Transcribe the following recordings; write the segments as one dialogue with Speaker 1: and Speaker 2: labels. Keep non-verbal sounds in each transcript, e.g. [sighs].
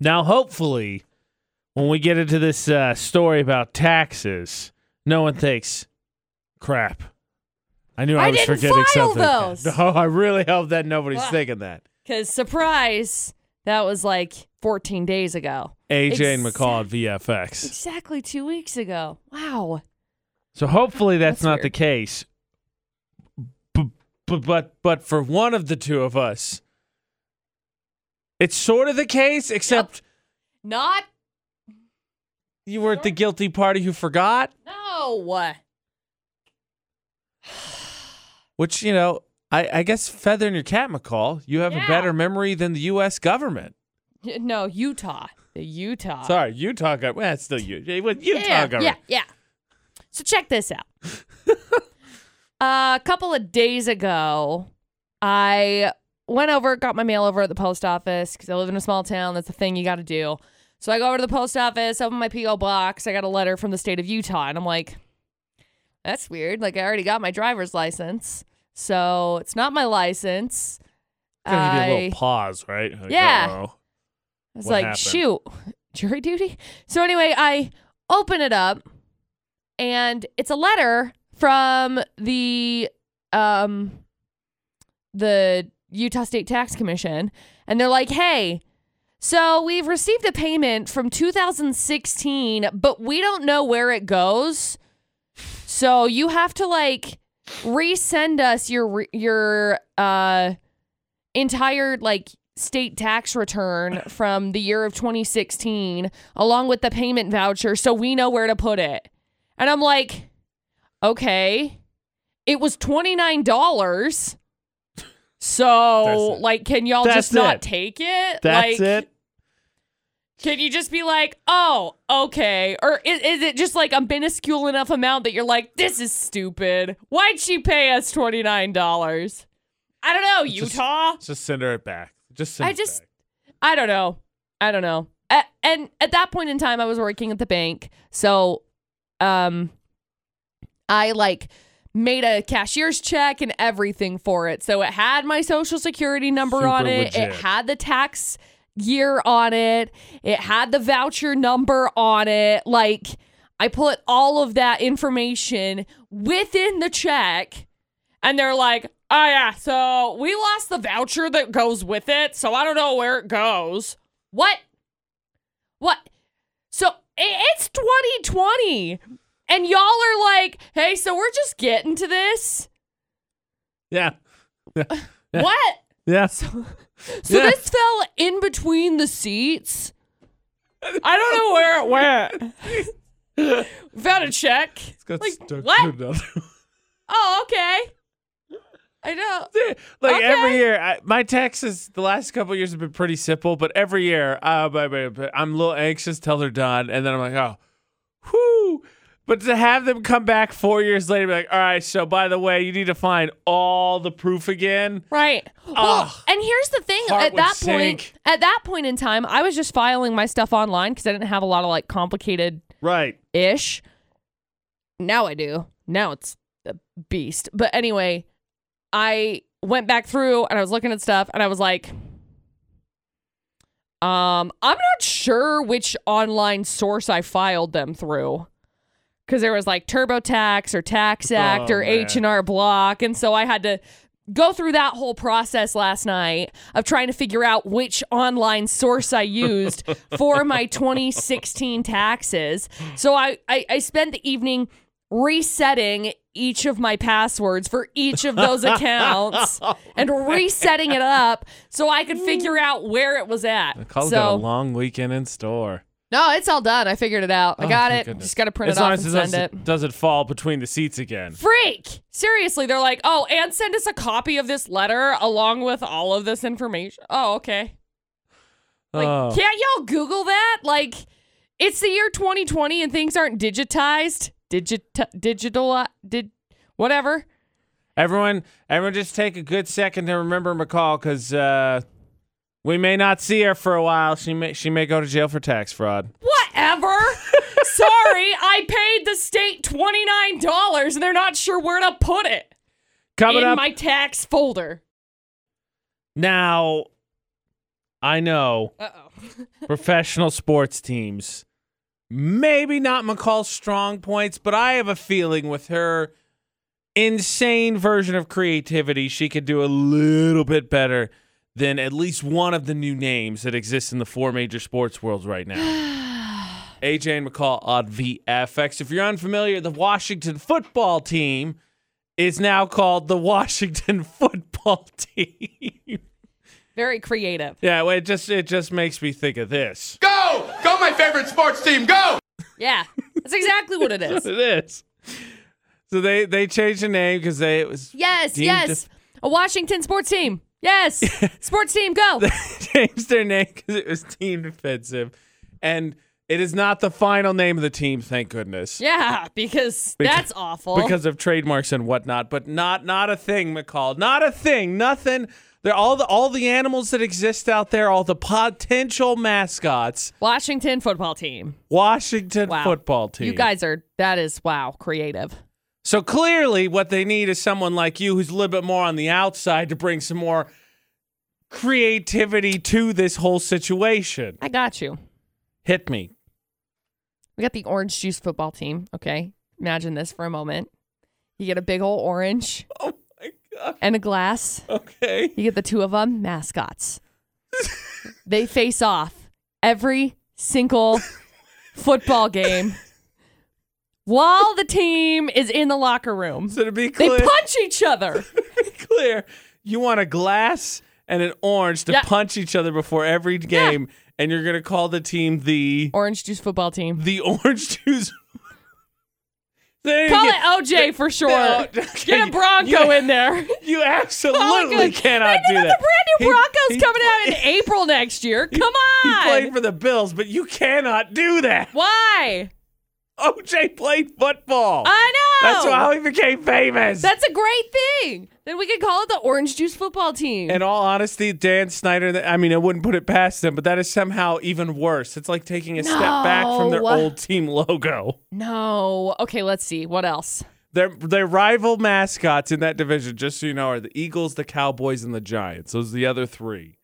Speaker 1: Now, hopefully, when we get into this uh, story about taxes, no one thinks, crap. I knew I,
Speaker 2: I
Speaker 1: was
Speaker 2: didn't
Speaker 1: forgetting
Speaker 2: file
Speaker 1: something. [laughs]
Speaker 2: those.
Speaker 1: No, I really hope that nobody's
Speaker 2: Wha-
Speaker 1: thinking that.
Speaker 2: Because surprise, that was like 14 days ago.
Speaker 1: AJ and
Speaker 2: Exact-
Speaker 1: McCall at VFX.
Speaker 2: Exactly two weeks ago. Wow.
Speaker 1: So hopefully that's,
Speaker 2: That's
Speaker 1: not the
Speaker 2: weird.
Speaker 1: case. B- b- but but for one of the two of us, it's sort of the case, except
Speaker 2: Not
Speaker 1: you weren't the guilty party who forgot,
Speaker 2: no.
Speaker 1: which you know. I, I guess feather in your cap, McCall. You have a
Speaker 2: Yeah.
Speaker 1: better memory than the U.S. government.
Speaker 2: No, Utah. The Utah.
Speaker 1: Sorry, Utah government. Well, it's still you. It was Utah
Speaker 2: Uh, yeah,
Speaker 1: government.
Speaker 2: Yeah, yeah. So check
Speaker 1: [laughs]
Speaker 2: this out. a couple of days ago, I went over, got my mail over at the post office because I live in a small town. That's the thing you got to do. So I go over to the post office, open my P.O. box. I got a letter from the state of Utah, and I'm like, that's weird. Like, I already got my driver's license. So it's not my license.
Speaker 1: Gonna give you a
Speaker 2: I-
Speaker 1: little pause, right? Like,
Speaker 2: Yeah.
Speaker 1: uh-oh.
Speaker 2: I was
Speaker 1: What
Speaker 2: like,
Speaker 1: happened?
Speaker 2: shoot, [laughs] jury duty? So anyway, I open it up and it's a letter from the um the Utah State Tax Commission and they're like, "Hey, so we've received a payment from 2016, but we don't know where it goes. So you have to like resend us your re- your uh entire like state tax return from the year of 2016 along with the payment voucher so we know where to put it. And I'm like, "Okay. It was $29." So,
Speaker 1: That's it.
Speaker 2: like, can y'all
Speaker 1: That's
Speaker 2: just not
Speaker 1: it.
Speaker 2: take it?
Speaker 1: That's
Speaker 2: like,
Speaker 1: it.
Speaker 2: Can you just be like, oh, okay? Or is, is it just like a minuscule enough amount that you're like, this is stupid? Why'd she pay us $29? I don't know,
Speaker 1: Just-
Speaker 2: Utah.
Speaker 1: Just send her it back. Just send
Speaker 2: I
Speaker 1: it
Speaker 2: just,
Speaker 1: back.
Speaker 2: I don't know. I don't know. A- and at that point in time, I was working at the bank. So, um, I like made a cashier's check and everything for it. So it had my social security number
Speaker 1: Super
Speaker 2: on it. It
Speaker 1: legit.
Speaker 2: had the tax year on it. It had the voucher number on it. Like I put all of that information within the check and they're like, "Oh yeah, so we lost the voucher that goes with it, so I don't know where it goes." What? What? So i- it's 2020, and y'all are like, "Hey, so we're just getting to this."
Speaker 1: Yeah.
Speaker 2: What?
Speaker 1: Yeah.
Speaker 2: So [laughs]
Speaker 1: Yeah.
Speaker 2: this fell in between the seats. I don't know where it went.
Speaker 1: [laughs]
Speaker 2: Found a check.
Speaker 1: It's got
Speaker 2: Like,
Speaker 1: stuck
Speaker 2: what?
Speaker 1: to another
Speaker 2: Oh, okay. I know.
Speaker 1: like
Speaker 2: Okay.
Speaker 1: every year, I, my taxes the last couple of years have been pretty simple, but every year uh, but- but- but I'm a little anxious till they're done, and then I'm like, oh, whoo. But to have them come back four years later, and be like, all right, so by the way, you need to find all the proof again.
Speaker 2: Right.
Speaker 1: Ugh.
Speaker 2: Well, and here's the thing.
Speaker 1: Heart
Speaker 2: at
Speaker 1: would
Speaker 2: that
Speaker 1: sink.
Speaker 2: point, at that point in time, I was just filing my stuff online because I didn't have a lot of like complicated
Speaker 1: Right.
Speaker 2: ish. Now I do. Now it's a beast. But anyway, I went back through and I was looking at stuff and I was like, um, I'm not sure which online source I filed them through. Cause there was like TurboTax or Tax Act
Speaker 1: Oh,
Speaker 2: or
Speaker 1: man.
Speaker 2: H and R Block, and so I had to go through that whole process last night of trying to figure out which online source
Speaker 1: [laughs]
Speaker 2: I used for my 2016 taxes. So I, I, I spent the evening resetting each of my passwords for each of [laughs] those accounts and resetting it up so I could figure out where it was at.
Speaker 1: Nicole's got a
Speaker 2: So
Speaker 1: long weekend in store.
Speaker 2: no, it's all done. I figured it out. I
Speaker 1: Oh,
Speaker 2: got
Speaker 1: thank
Speaker 2: it.
Speaker 1: goodness.
Speaker 2: Just got to print
Speaker 1: as
Speaker 2: it off
Speaker 1: long
Speaker 2: and
Speaker 1: as it
Speaker 2: send it.
Speaker 1: doesn't, doesn't fall between the seats again.
Speaker 2: Freak! Seriously, they're like, oh, and send us a copy of this letter along with all of this information. Oh, okay. Like,
Speaker 1: Oh.
Speaker 2: can't y'all Google that? Like, it's the year 2020 and things aren't digitized. Digit, digital, uh, did, whatever.
Speaker 1: Everyone, everyone, just take a good second to remember McCall because uh, we may not see her for a while. She may she may go to jail for tax fraud.
Speaker 2: Whatever.
Speaker 1: [laughs]
Speaker 2: Sorry, I paid the state $29 and they're not sure where to put it
Speaker 1: Coming
Speaker 2: in
Speaker 1: up
Speaker 2: my tax folder.
Speaker 1: now, I know
Speaker 2: Uh oh.
Speaker 1: professional sports teams. Maybe not McCall's strong points, but I have a feeling with her insane version of creativity, she could do a little bit better than at least one of the new names that exist in the four major sports worlds right now. AJ and McCall on VFX. If you're unfamiliar, the Washington football team is now called the Washington [laughs] football team. [laughs]
Speaker 2: Very creative.
Speaker 1: yeah, well, it just it just makes me think of this.
Speaker 3: Go! Go, my favorite sports team, go!
Speaker 2: Yeah. That's exactly what it
Speaker 1: [laughs]
Speaker 2: is.
Speaker 1: it is. So they they changed the name because they it was
Speaker 2: Yes,
Speaker 1: deemed
Speaker 2: yes. A Washington sports team.
Speaker 1: [laughs]
Speaker 2: Yes. sports team, go.
Speaker 1: def- [laughs] changed their name because it was team defensive, and it is not the final name of the team, thank goodness,
Speaker 2: Yeah, because that's awful.
Speaker 1: because of trademarks and whatnot. But not not a thing, McCall. Not a thing. Nothing. They're all the all the animals that exist out there, all the potential mascots.
Speaker 2: Washington football team.
Speaker 1: [laughs] Washington
Speaker 2: Wow.
Speaker 1: football team.
Speaker 2: You guys are that is wow, creative.
Speaker 1: So clearly, what they need is someone like you who's a little bit more on the outside to bring some more creativity to this whole situation.
Speaker 2: I got you.
Speaker 1: Hit me.
Speaker 2: We got the orange juice football team. Okay. Imagine this for a moment. You get a big old orange
Speaker 1: Oh my God.
Speaker 2: and a glass.
Speaker 1: [laughs] Okay.
Speaker 2: You get the two of them,
Speaker 1: [laughs]
Speaker 2: mascots. they face off every single football game while the team is in the locker room.
Speaker 1: So to be
Speaker 2: They
Speaker 1: clear,
Speaker 2: punch
Speaker 1: [laughs]
Speaker 2: each other.
Speaker 1: to be clear, you want a glass and an orange to
Speaker 2: Yeah.
Speaker 1: punch each other before every game, and you're gonna call the team the
Speaker 2: Orange juice football team.
Speaker 1: the [laughs] orange juice. They
Speaker 2: Call
Speaker 1: get-
Speaker 2: it OJ for
Speaker 1: [laughs]
Speaker 2: sure.
Speaker 1: No, okay,
Speaker 2: Get a
Speaker 1: you-
Speaker 2: Bronco in there.
Speaker 1: You absolutely
Speaker 2: good.
Speaker 1: cannot do
Speaker 2: They got
Speaker 1: that.
Speaker 2: the brand new
Speaker 1: He-
Speaker 2: Broncos
Speaker 1: he
Speaker 2: coming out
Speaker 1: play-
Speaker 2: in April next year. Come
Speaker 1: He
Speaker 2: on.
Speaker 1: played for the Bills, but you cannot do that.
Speaker 2: Why?
Speaker 1: OJ played football.
Speaker 2: I know.
Speaker 1: That's how he became famous.
Speaker 2: That's a great thing. Then we could call it the Orange Juice Football Team.
Speaker 1: in all honesty, Dan Snyder, th- I mean, I wouldn't put it past them, but that is somehow even worse. It's like taking a step back from their
Speaker 2: No.
Speaker 1: old team logo.
Speaker 2: no. Okay, let's see. What else?
Speaker 1: Their, their rival mascots in that division, just so you know, are the Eagles, the Cowboys, and the Giants. Those are the other three.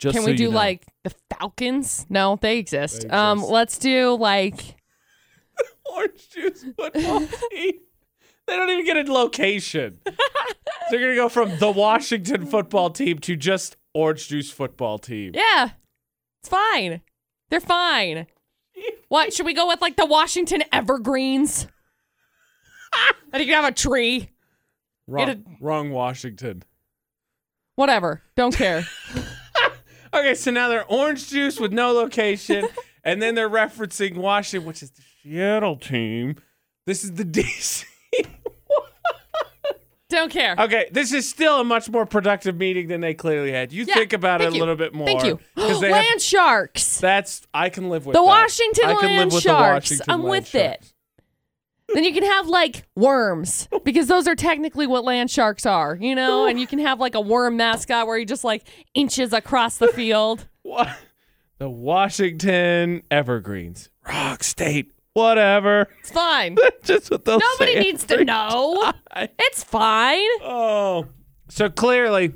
Speaker 1: Just
Speaker 2: Can
Speaker 1: so
Speaker 2: we
Speaker 1: you
Speaker 2: do
Speaker 1: know.
Speaker 2: like the Falcons? No, they exist.
Speaker 1: They
Speaker 2: Um,
Speaker 1: exist.
Speaker 2: let's do like
Speaker 1: orange juice [laughs] football team. They don't even get a
Speaker 2: [laughs]
Speaker 1: location. They're gonna go from the Washington football team to just orange juice football team.
Speaker 2: yeah, it's fine. They're fine. What should we go with? Like the Washington
Speaker 1: [laughs]
Speaker 2: Evergreens? I think you have a tree.
Speaker 1: Wrong,
Speaker 2: Get a-
Speaker 1: wrong Washington.
Speaker 2: Whatever. Don't care.
Speaker 1: Okay, so now they're orange juice with no
Speaker 2: [laughs]
Speaker 1: location, and then they're referencing Washington, which is the Seattle team. This is the
Speaker 2: [laughs]
Speaker 1: DC.
Speaker 2: Don't care.
Speaker 1: Okay, this is still a much more productive meeting than they clearly had. You
Speaker 2: Yeah,
Speaker 1: think about it a
Speaker 2: thank you.
Speaker 1: little bit more.
Speaker 2: Thank you.
Speaker 1: [gasps]
Speaker 2: [gasps]
Speaker 1: 'cause they have-
Speaker 2: Land sharks.
Speaker 1: that's I can live with
Speaker 2: The
Speaker 1: that.
Speaker 2: Washington
Speaker 1: I can live
Speaker 2: Land
Speaker 1: with the
Speaker 2: Sharks.
Speaker 1: Washington
Speaker 2: I'm
Speaker 1: Land
Speaker 2: with
Speaker 1: Sharks.
Speaker 2: it. then you can have like worms because those are technically what land sharks are, you know? And you can have like a worm mascot where he just like inches across the field.
Speaker 1: Wa- the Washington Evergreens. Rock State. Whatever. [laughs]
Speaker 2: It's fine.
Speaker 1: Just what they'll
Speaker 2: Nobody
Speaker 1: say.
Speaker 2: needs to know. It's fine.
Speaker 1: Oh. So clearly,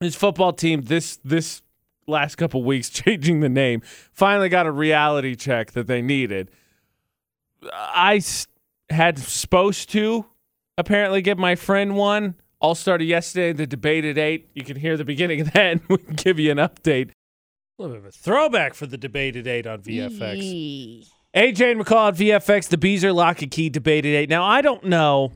Speaker 1: this football team, this this last couple weeks, [laughs] changing the name, finally got a reality check that they needed. I s- had supposed to apparently give my friend one. All started yesterday. The debate at eight. You can hear the beginning of that, and [laughs] we can give you an update. A little bit of a throwback for the debate at eight on VFX.
Speaker 2: Yee.
Speaker 1: AJ and McCall at VFX, the Beezer Lock and Key debate at eight. Now, I don't know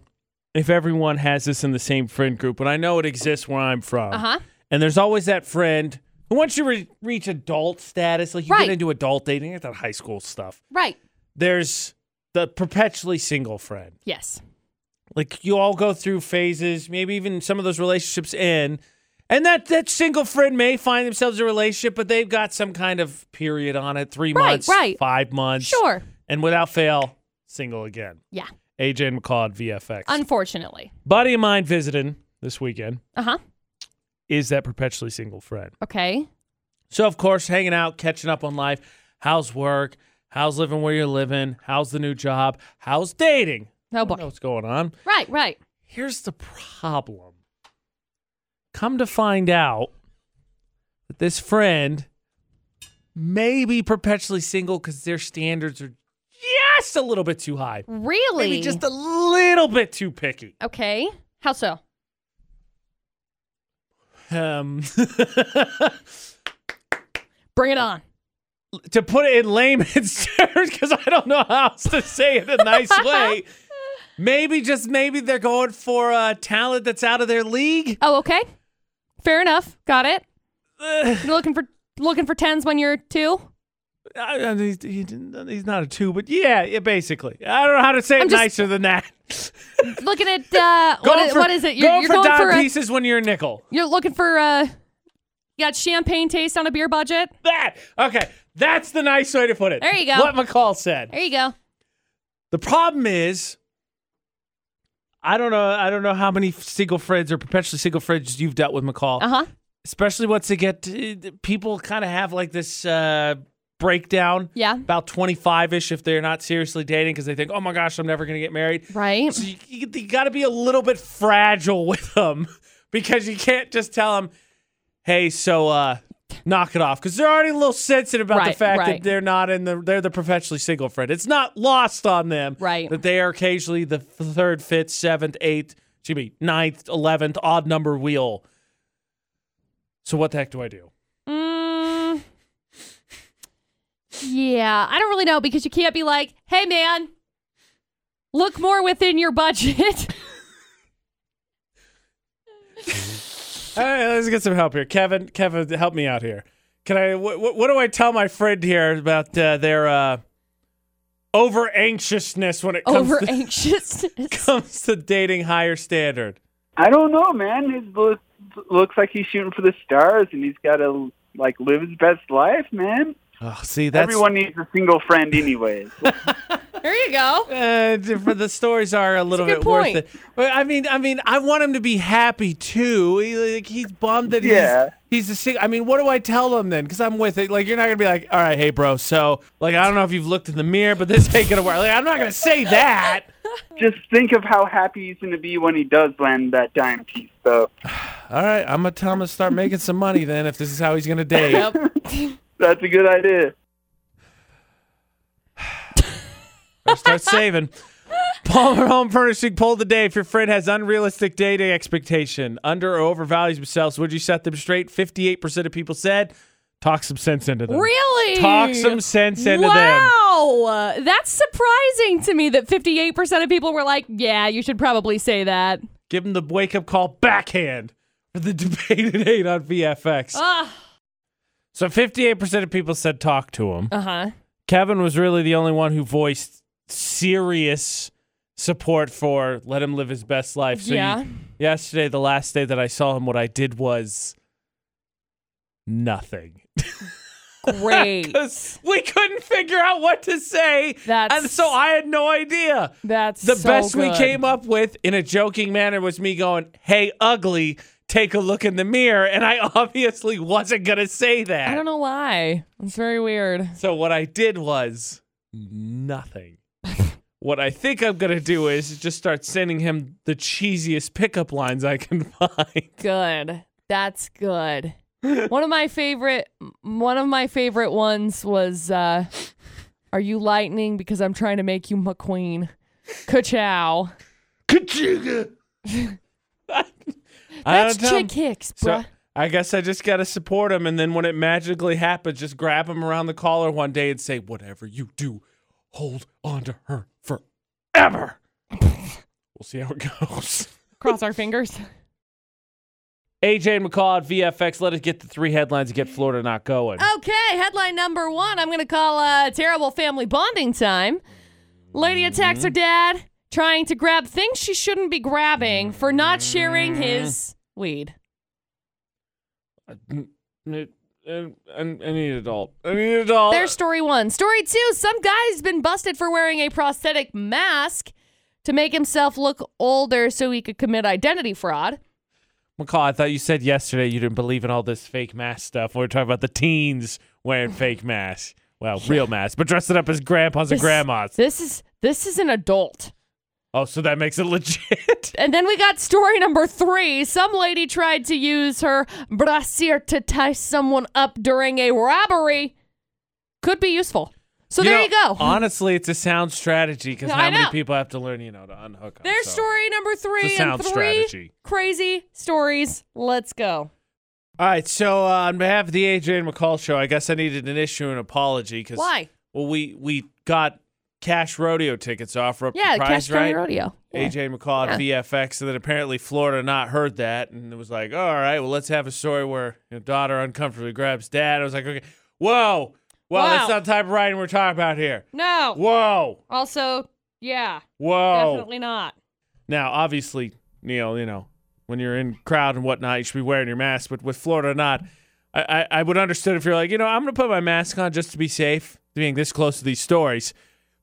Speaker 1: if everyone has this in the same friend group, but I know it exists where I'm from.
Speaker 2: Uh-huh.
Speaker 1: And there's always that friend who, once you re- reach adult status, like you
Speaker 2: Right.
Speaker 1: get into adult dating, you get that high school stuff,
Speaker 2: Right.
Speaker 1: there's the perpetually single friend
Speaker 2: Yes.
Speaker 1: like you all go through phases maybe even some of those relationships end and that that single friend may find themselves in a relationship but they've got some kind of period on it three
Speaker 2: Right,
Speaker 1: months
Speaker 2: right.
Speaker 1: five months
Speaker 2: Sure.
Speaker 1: and without fail single again
Speaker 2: Yeah.
Speaker 1: aj and mccall at vfx
Speaker 2: Unfortunately.
Speaker 1: buddy of mine visiting this weekend
Speaker 2: Uh-huh.
Speaker 1: is that perpetually single friend
Speaker 2: Okay.
Speaker 1: so of course hanging out catching up on life how's work how's living where you're living how's the new job how's dating
Speaker 2: No
Speaker 1: I don't know
Speaker 2: Oh, boy.
Speaker 1: what's going on
Speaker 2: Right, right.
Speaker 1: Here's the problem. Come to find out, that this friend may be perpetually single because their standards are just a little bit too high.
Speaker 2: Really?
Speaker 1: Maybe just a little bit too picky.
Speaker 2: okay. How so?
Speaker 1: Um, [laughs]
Speaker 2: Bring
Speaker 1: Oh.
Speaker 2: it on.
Speaker 1: to put it in layman's [laughs] terms, because I don't know how else to say it in a nice
Speaker 2: [laughs]
Speaker 1: way. Maybe just maybe they're going for a talent that's out of their
Speaker 2: [sighs]
Speaker 1: league.
Speaker 2: Oh, okay. Fair enough. Got it.
Speaker 1: Ugh.
Speaker 2: You're looking for looking for tens when you're two.
Speaker 1: I, I, he's, he didn't- he's not a two, but yeah, yeah, basically. I don't know how to say
Speaker 2: I'm
Speaker 1: it
Speaker 2: just-
Speaker 1: nicer than that. [laughs]
Speaker 2: Looking at uh,
Speaker 1: Going
Speaker 2: what, i-
Speaker 1: for-
Speaker 2: what is it? You're,
Speaker 1: going
Speaker 2: you're
Speaker 1: for
Speaker 2: going
Speaker 1: dime
Speaker 2: for a,
Speaker 1: pieces when you're a nickel.
Speaker 2: you're looking for uh, you got champagne taste on a beer budget.
Speaker 1: That okay? That's the nice way to put it.
Speaker 2: There you go.
Speaker 1: What McCall said.
Speaker 2: There you go.
Speaker 1: The problem is, I don't know. I don't know how many single friends or perpetually single friends you've dealt with, McCall.
Speaker 2: Uh huh.
Speaker 1: Especially once they get uh, people kind of have like this uh, breakdown.
Speaker 2: Yeah.
Speaker 1: About 25 ish, if they're not seriously dating, because they think, oh my gosh, I'm never going to get married.
Speaker 2: Right.
Speaker 1: So you, you, you got to be a little bit fragile [laughs] with them because you can't just tell them, "Hey, so uh, knock it off," because they're already a little sensitive about the
Speaker 2: Right,
Speaker 1: fact
Speaker 2: right.
Speaker 1: that they're not in the they're the professionally single friend. It's not lost on them
Speaker 2: Right.
Speaker 1: that they are occasionally the third, fifth, seventh, eighth, excuse me, ninth, eleventh odd number wheel. So what the heck do I do?
Speaker 2: Mm, yeah, I don't really know because you can't be like, hey, man, look more within
Speaker 1: [laughs]
Speaker 2: your budget.
Speaker 1: All right, let's get some help here, Kevin. Kevin, help me out here. Can I? Wh- wh- what do I tell my friend here about uh, their uh, over anxiousness when it comes
Speaker 2: Over
Speaker 1: to,
Speaker 2: anxious.
Speaker 1: [laughs] comes to dating higher standard?
Speaker 4: I don't know, man. It look, looks like he's shooting for the stars, and he's got to like live his best life, man.
Speaker 1: Oh, see, that's
Speaker 4: Everyone needs a single
Speaker 1: [laughs]
Speaker 4: friend, anyways.
Speaker 2: there you go.
Speaker 1: Uh, for the stories are a little
Speaker 2: good
Speaker 1: bit
Speaker 2: point.
Speaker 1: worth it. But I mean, I mean, I want him to be happy too. He, like, he's bummed that
Speaker 4: Yeah.
Speaker 1: he's he's a sing- I mean, what do I tell him then? Because I'm with it. Like, you're not gonna be like, all right, hey, bro. So, like, I don't know if you've looked in the mirror, but this ain't gonna work. Like, I'm not gonna say that.
Speaker 4: Just think of how happy he's going to be when he does land that dime piece, though.
Speaker 1: All right, I'm gonna tell him to start making some money then. If this is how he's gonna date,
Speaker 4: That's a good idea.
Speaker 1: Or start saving. Palmer Home Furnishing poll today. If your friend has unrealistic dating expectation, under or overvalues themselves, would you set them straight? Fifty-eight percent of people said, "Talk some sense into them."
Speaker 2: Really?
Speaker 1: Talk some sense into them.
Speaker 2: Wow. That's surprising to me that 58% of people were like, yeah, you should probably say that.
Speaker 1: Give them the wake-up call backhand for the debate at eight on VFX.
Speaker 2: Uh
Speaker 1: so, fifty-eight percent of people said, "Talk to him."
Speaker 2: huh.
Speaker 1: Kevin was really the only one who voiced serious support for let him live his best life. So
Speaker 2: Yeah.
Speaker 1: you- yesterday, the last day that I saw him, what I did was nothing.
Speaker 2: [laughs] Great.
Speaker 1: 'Cause we couldn't figure out what to say.
Speaker 2: That's-
Speaker 1: and so I had no idea.
Speaker 2: That's
Speaker 1: The
Speaker 2: so
Speaker 1: best we
Speaker 2: good.
Speaker 1: came up with in a joking manner was me going, Hey, ugly, take a look in the mirror. And I [laughs] obviously wasn't going to say that.
Speaker 2: I don't know why. It's very weird.
Speaker 1: So what I did was
Speaker 2: [laughs]
Speaker 1: nothing. what I think I'm gonna do is just start sending him the cheesiest pickup lines I can [laughs] find.
Speaker 2: good.
Speaker 1: [laughs]
Speaker 2: That's good. one of my favorite one of my favorite ones was uh Are you lightning because I'm trying to make you McQueen? Ka-chow.
Speaker 1: I
Speaker 2: That's
Speaker 1: don't tell him.
Speaker 2: chick hicks,
Speaker 1: So
Speaker 2: bruh.
Speaker 1: I guess I just gotta support him, and then when it magically happens, just grab him around the collar one day and say, "Whatever you do, hold on to her
Speaker 2: [laughs]
Speaker 1: forever." we'll see how it goes.
Speaker 2: Cross
Speaker 1: [laughs]
Speaker 2: our fingers.
Speaker 1: AJ and McCall at VFX. Let us get the three headlines and get Florida not going.
Speaker 2: Okay, headline number one. I'm going to call uh, terrible family bonding time. Lady attacks her dad trying to grab things she shouldn't be grabbing for not sharing his weed.
Speaker 1: I, I, I need an adult. I need an adult.
Speaker 2: There's story one. Story two some guy's been busted for wearing a prosthetic mask to make himself look older so he could commit identity fraud.
Speaker 1: McCall, I thought you said yesterday you didn't believe in all this fake mask stuff. We were talking about the teens wearing
Speaker 2: [sighs]
Speaker 1: fake masks. Well, real masks, but dressing up as grandpas and
Speaker 2: This-
Speaker 1: grandmas.
Speaker 2: This is this is an adult.
Speaker 1: Oh, so that makes it legit.
Speaker 2: And then we got story number three. Some lady tried to use her brassiere to tie someone up during a robbery. Could be useful. So there
Speaker 1: know,
Speaker 2: you go.
Speaker 1: Honestly, it's a sound strategy because
Speaker 2: I
Speaker 1: how many
Speaker 2: know.
Speaker 1: people have to learn, you know, to unhook 'em,
Speaker 2: There's
Speaker 1: so.
Speaker 2: story number three
Speaker 1: It's a
Speaker 2: and
Speaker 1: sound
Speaker 2: three
Speaker 1: strategy.
Speaker 2: crazy stories. Let's go.
Speaker 1: All right, so uh, on behalf of the Adrian McCall show, I guess I needed an issue an apology because
Speaker 2: Why?
Speaker 1: Well, we we got cash rodeo tickets offer up
Speaker 2: Yeah,
Speaker 1: the
Speaker 2: the
Speaker 1: prize,
Speaker 2: Cash County
Speaker 1: right?
Speaker 2: Rodeo. Yeah.
Speaker 1: AJ McCall at VFX, and then apparently Florida not heard that, and it was like, "Oh, all right, well, let's have a story where you know, daughter uncomfortably grabs dad. I was like, okay, whoa, well,
Speaker 2: Wow.
Speaker 1: that's not the type of writing we're talking about here.
Speaker 2: No.
Speaker 1: Whoa,
Speaker 2: Also, yeah,
Speaker 1: whoa.
Speaker 2: definitely not.
Speaker 1: Now, obviously, Neil, you know, when you're in crowd and whatnot, you should be wearing your mask. But with Florida or not, I, I, I would understand if you're like, you know, I'm going to put my mask on just to be safe, being this close to these stories.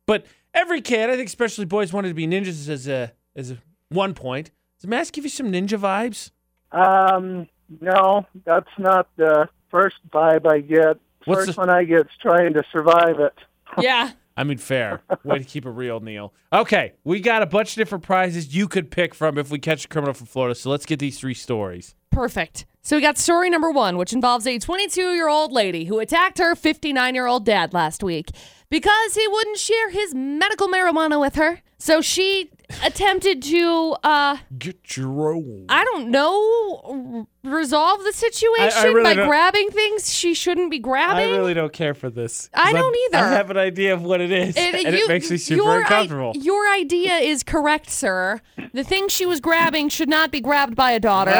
Speaker 1: But every kid, I think especially boys, wanted to be ninjas as a as a one point. Does the mask give you some ninja vibes?
Speaker 4: Um, no, that's not the first vibe I get.
Speaker 1: What's
Speaker 4: first
Speaker 1: the-
Speaker 4: one I get is trying to survive it.
Speaker 2: Yeah.
Speaker 1: I mean, fair. Way to keep it real, Neil. Okay, we got a bunch of different prizes you could pick from if we catch a criminal from Florida. So let's get these three stories.
Speaker 2: Perfect. So we got story number one, which involves a 22 year old lady who attacked her 59 year old dad last week because he wouldn't share his medical marijuana with her. So she attempted to, uh,
Speaker 1: Get your own.
Speaker 2: I don't know, r- resolve the situation
Speaker 1: really
Speaker 2: by
Speaker 1: don't-
Speaker 2: grabbing things she shouldn't be grabbing.
Speaker 1: I really don't care for this. 'cause
Speaker 2: I don't
Speaker 1: I'm-
Speaker 2: either.
Speaker 1: I have an idea of what it is,
Speaker 2: And
Speaker 1: and
Speaker 2: you-
Speaker 1: it makes me super
Speaker 2: your i-
Speaker 1: uncomfortable.
Speaker 2: your idea is correct, sir. The thing she was grabbing should not be grabbed by a daughter.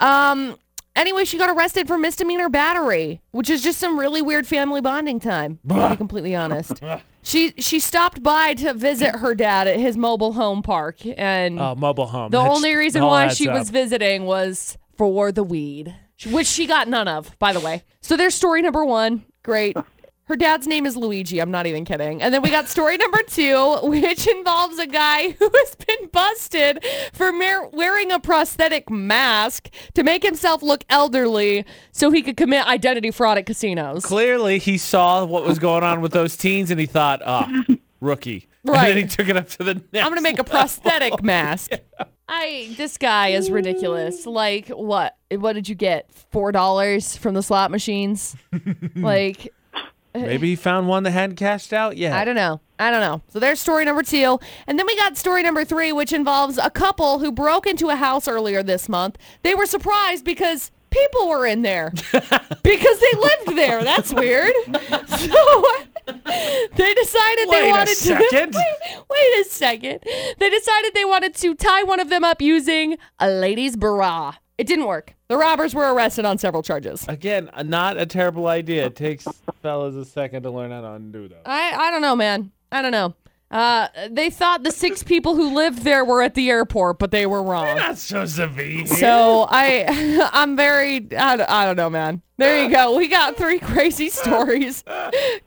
Speaker 2: um. Anyway, she got arrested for misdemeanor battery, which is just some really weird family bonding time.
Speaker 1: [laughs]
Speaker 2: To be completely honest, she she stopped by to visit her dad at his mobile home park, and
Speaker 1: oh, mobile home.
Speaker 2: the
Speaker 1: That's-
Speaker 2: only reason
Speaker 1: all
Speaker 2: why
Speaker 1: adds
Speaker 2: she
Speaker 1: up.
Speaker 2: was visiting was for the weed, which she got none of, by the way. So there's story number one. Great. Her dad's name is Luigi. I'm not even kidding. And then we got story number two, [laughs] which involves a guy [laughs] who has been busted for mer- wearing a prosthetic mask to make himself look elderly so he could commit identity fraud at casinos.
Speaker 1: clearly he saw what was going on with those teens, and he thought,
Speaker 2: [laughs]
Speaker 1: "Ah, rookie." And
Speaker 2: Right.
Speaker 1: then he took it up to the next.
Speaker 2: I'm gonna make a [laughs] prosthetic mask. I this guy is ridiculous. Like what? What did you get? Four dollars from the slot machines? like [laughs]
Speaker 1: Maybe he found one that hadn't cashed out yet.
Speaker 2: I don't know. I don't know. So there's story number two, and then we got story number three, which involves a couple who broke into a house earlier this month. They were surprised because people were
Speaker 1: [laughs]
Speaker 2: in there because they lived there. That's weird. So [laughs] they decided
Speaker 1: Wait
Speaker 2: they
Speaker 1: a
Speaker 2: wanted
Speaker 1: second.
Speaker 2: to. [laughs] Wait a second. They decided they wanted to tie one of them up using a lady's bra. It didn't work. The robbers were arrested on several charges.
Speaker 1: Again, uh, not a terrible idea. It takes fellas a second to learn how to undo those.
Speaker 2: I, I don't know, man. I don't know. Uh, they thought the six people who lived there were at the airport, but they were wrong.
Speaker 1: Not so severe.
Speaker 2: So I, [laughs] I'm very, I, don't- I don't know, man. There you go. We got three crazy stories.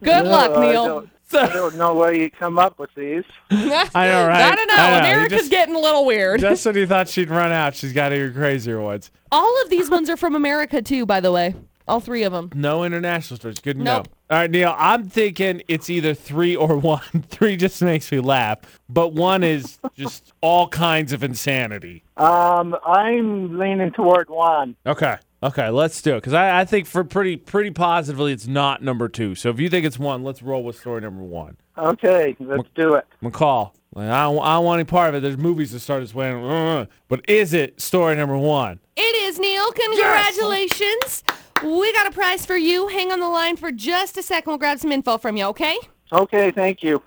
Speaker 2: Good luck,
Speaker 4: Uh, I
Speaker 2: Neil.
Speaker 4: don't- I don't know where you come up with these.
Speaker 1: I know, right?
Speaker 2: [laughs] I don't know.
Speaker 1: I know. You
Speaker 2: America's
Speaker 1: just-
Speaker 2: getting a little weird.
Speaker 1: Just when he thought she'd run out, she's got even crazier ones.
Speaker 2: All of these ones are from America too, by the way. All three of them.
Speaker 1: No international stories. Good to
Speaker 2: Nope.
Speaker 1: know. All right, Neil, I'm thinking it's either three or one. [laughs] three just makes me laugh, but one is just all kinds of insanity.
Speaker 4: Um, I'm leaning toward one.
Speaker 1: Okay. Okay, let's do it. Because I, I think for pretty pretty positively it's not number two. So if you think it's one, let's roll with story number one.
Speaker 4: Okay, let's do it.
Speaker 1: McCall, like, I, don't, I don't want any part of it. There's movies that start this way. and, uh, But is it story number one?
Speaker 2: It is Neil. Congratulations. We got a prize for you. Hang on the line for just a second. We'll grab some info from you, okay?
Speaker 4: Okay, thank you.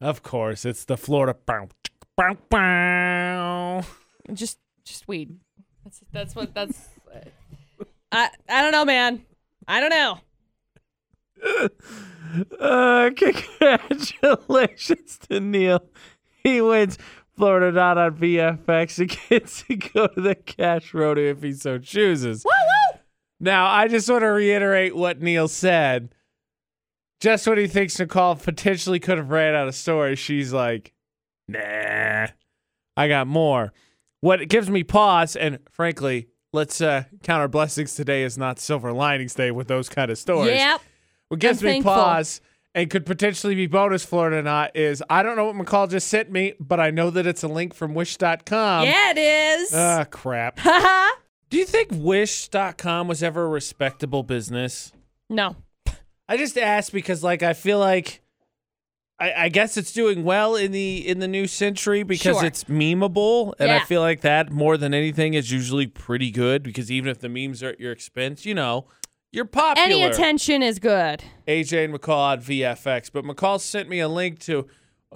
Speaker 1: Of course, it's the Florida. Bow, bow, bow.
Speaker 2: just just weed. That's that's what that's. [laughs] I I don't know, man. I don't know.
Speaker 1: Uh, [laughs] congratulations to Neil. He wins Florida Not on VFX and gets to go to the cash rodeo if he so chooses. Woo woo! Now, I just want to reiterate what Neil said. Just when he thinks Nicole potentially could have ran out of stories, she's like, nah, I got more. What gives me pause, and frankly, let's uh, count our blessings today is not Silver Linings Day with those kind of stories.
Speaker 2: Yep.
Speaker 1: What gives
Speaker 2: I'm
Speaker 1: me
Speaker 2: thankful.
Speaker 1: pause and could potentially be bonus Florida not is I don't know what McCall just sent me, but I know that it's a link from wish.com.
Speaker 2: yeah, it is.
Speaker 1: Ah, crap.
Speaker 2: Haha.
Speaker 1: Do you think wish.com was ever a respectable business?
Speaker 2: [laughs] no.
Speaker 1: I just asked because like I feel like I, I guess it's doing well in the in the new century because
Speaker 2: Sure.
Speaker 1: it's memeable and I
Speaker 2: Yeah.
Speaker 1: feel like that more than anything is usually pretty good because even if the memes are at your expense, you know, you're popular.
Speaker 2: Any attention is good.
Speaker 1: AJ and McCall on VFX, but McCall sent me a link to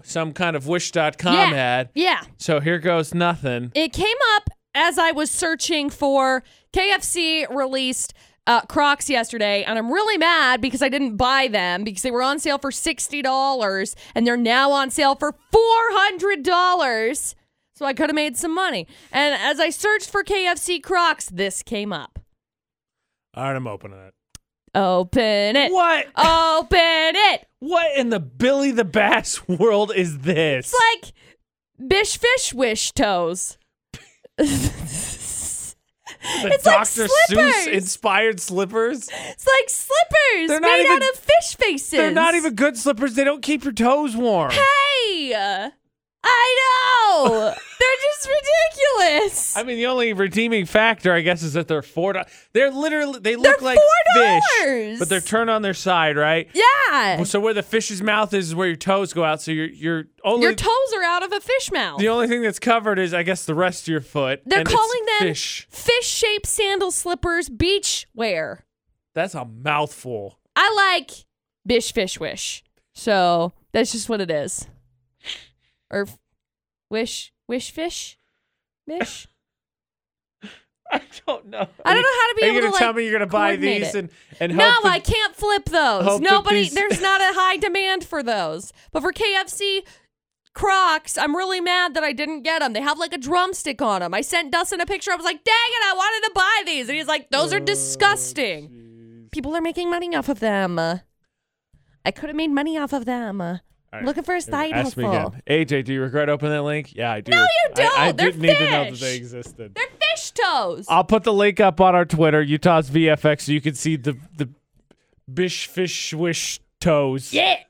Speaker 1: some kind of wish.com
Speaker 2: Yeah.
Speaker 1: ad.
Speaker 2: Yeah.
Speaker 1: So here goes nothing.
Speaker 2: It came up as I was searching for KFC released uh, Crocs yesterday, and I'm really mad because I didn't buy them because they were on sale for $60 and they're now on sale for $400. So I could have made some money. And as I searched for KFC Crocs, this came up.
Speaker 1: All right, I'm opening it.
Speaker 2: Open it.
Speaker 1: What?
Speaker 2: Open it.
Speaker 1: What in the Billy the Bass [laughs] world is this?
Speaker 2: It's like Bish Fish Wish Toes.
Speaker 1: the
Speaker 2: it's like
Speaker 1: Dr. Seuss
Speaker 2: slippers.
Speaker 1: inspired slippers.
Speaker 2: It's like slippers
Speaker 1: They're not
Speaker 2: made
Speaker 1: even-
Speaker 2: out of fish faces.
Speaker 1: They're not even good slippers. They don't keep your toes warm.
Speaker 2: Hey! I
Speaker 1: [laughs]
Speaker 2: know! they're just ridiculous.
Speaker 1: I mean, the only redeeming factor, I guess, is that they're four. Do- they're literally they look like fish,
Speaker 2: $4.
Speaker 1: but they're turned on their side, right?
Speaker 2: yeah.
Speaker 1: So where the fish's mouth is, is where your toes go out. So your your only
Speaker 2: Your toes are out of a fish mouth.
Speaker 1: the only thing that's covered is, I guess, the rest of your foot.
Speaker 2: they're
Speaker 1: and it's
Speaker 2: calling them
Speaker 1: fish.
Speaker 2: shaped sandal slippers beach wear.
Speaker 1: That's a mouthful.
Speaker 2: I like Bish Fish Wish. So that's just what it is. Or f- Wish Wish Fish? Mish?
Speaker 1: [laughs] I don't know.
Speaker 2: I don't know how to be
Speaker 1: Are you
Speaker 2: able
Speaker 1: gonna
Speaker 2: to,
Speaker 1: tell
Speaker 2: like,
Speaker 1: me you're gonna buy
Speaker 2: coordinate
Speaker 1: these
Speaker 2: it.
Speaker 1: and and
Speaker 2: No,
Speaker 1: hope that-
Speaker 2: I can't flip those.
Speaker 1: hope that
Speaker 2: Nobody,
Speaker 1: these-
Speaker 2: there's not a high demand for those. But for KFC Crocs, I'm really mad that I didn't get them. They have like a drumstick on them. I sent Dustin a picture. I was like, dang it, I wanted to buy these. And he's like, those
Speaker 1: Oh,
Speaker 2: are disgusting. People are making money off of them. I could have made money off of them. Looking for a side
Speaker 1: Ask me
Speaker 2: hustle.
Speaker 1: again. AJ, do you regret opening that link? Yeah, I do. No,
Speaker 2: you don't.
Speaker 1: I, I
Speaker 2: They're
Speaker 1: didn't need to know that
Speaker 2: fish.
Speaker 1: they existed.
Speaker 2: They're fish toes.
Speaker 1: I'll put the link up on our Twitter, Utah's VFX, so you can see the the bish fish wish toes.
Speaker 2: yeah.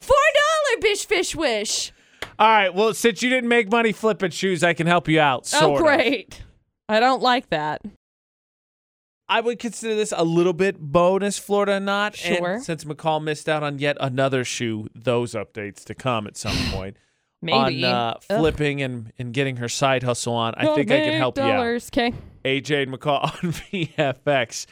Speaker 2: Four dollar bish fish wish.
Speaker 1: All right. Well, since you didn't make money flipping shoes, I can help you out.
Speaker 2: oh
Speaker 1: sorta.
Speaker 2: great. I don't like that.
Speaker 1: I would consider this a little bit bonus Florida or not. and
Speaker 2: Sure.
Speaker 1: since McCall missed out on yet another shoe, those updates to come at some point on
Speaker 2: Maybe
Speaker 1: uh, flipping and, and getting her side hustle on. I think I can help you out.
Speaker 2: Okay.
Speaker 1: AJ and McCall [laughs] on VFX.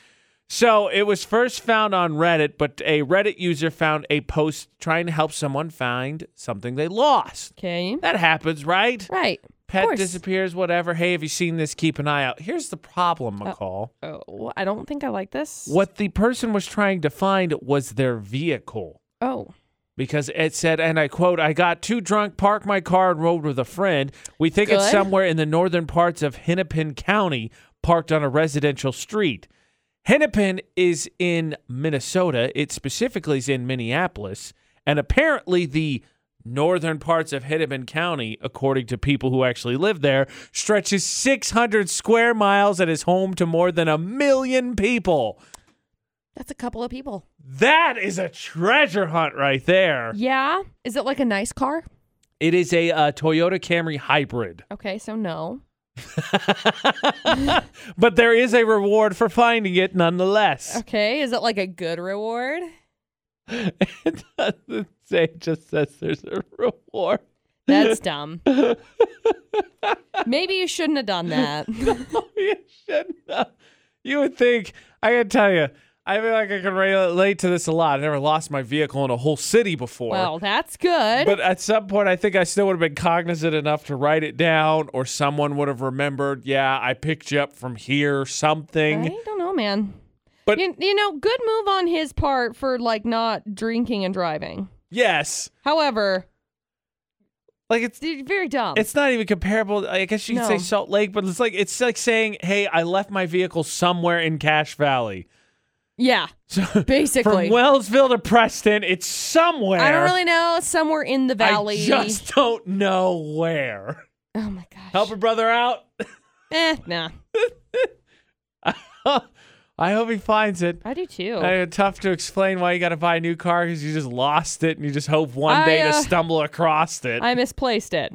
Speaker 1: So it was first found on Reddit, but a Reddit user found a post trying to help someone find something they lost.
Speaker 2: Okay.
Speaker 1: That happens, right?
Speaker 2: Right. of
Speaker 1: Pet
Speaker 2: course.
Speaker 1: disappears, whatever. Hey, have you seen this? Keep an eye out. Here's the problem, McCall.
Speaker 2: Oh, I don't think I like this.
Speaker 1: What the person was trying to find was their vehicle
Speaker 2: Oh.
Speaker 1: because it said, and I quote, I got too drunk, parked my car, and rode with a friend. We think it's
Speaker 2: Good.
Speaker 1: somewhere in the northern parts of Hennepin County, parked on a residential street. Hennepin is in Minnesota. It specifically is in Minneapolis. And apparently, the northern parts of Hennepin County, according to people who actually live there, stretches 600 square miles and is home to more than a million people.
Speaker 2: That's a couple of people.
Speaker 1: That is a treasure hunt right there.
Speaker 2: Yeah. Is it like a nice car?
Speaker 1: It is a uh, Toyota Camry hybrid.
Speaker 2: Okay, so no.
Speaker 1: but there is a reward for finding it nonetheless.
Speaker 2: Okay, is it like a good reward?
Speaker 1: [laughs] it doesn't say, it just says there's a reward. [laughs]
Speaker 2: That's dumb. Maybe you shouldn't have done that.
Speaker 1: [laughs] Oh, you shouldn't have. You would think, I gotta tell you, I feel like I can relate to this a lot. I never lost my vehicle in a whole city before.
Speaker 2: well, that's good.
Speaker 1: But at some point, I think I still would have been cognizant enough to write it down, or someone would have remembered, yeah, I picked you up from here, something.
Speaker 2: I don't know, man.
Speaker 1: But-
Speaker 2: you, you know, good move on his part for like not drinking and driving.
Speaker 1: Yes.
Speaker 2: However,
Speaker 1: Like, it's
Speaker 2: dude, very dumb.
Speaker 1: It's not even comparable. I guess you could say
Speaker 2: No.
Speaker 1: Salt Lake, but it's like it's like saying, "Hey, I left my vehicle somewhere in Cache Valley."
Speaker 2: yeah,
Speaker 1: [laughs] So from
Speaker 2: basically.
Speaker 1: Wellsville to Preston, it's somewhere.
Speaker 2: I don't really know. Somewhere in the valley.
Speaker 1: I just don't know where.
Speaker 2: oh my gosh.
Speaker 1: Help a brother out.
Speaker 2: Eh, nah.
Speaker 1: I hope he finds it.
Speaker 2: I do too.
Speaker 1: Uh, tough to explain why you got to buy a new car because you just lost it and you just hope one day
Speaker 2: I, uh,
Speaker 1: to stumble across it.
Speaker 2: I
Speaker 1: [laughs]
Speaker 2: misplaced it.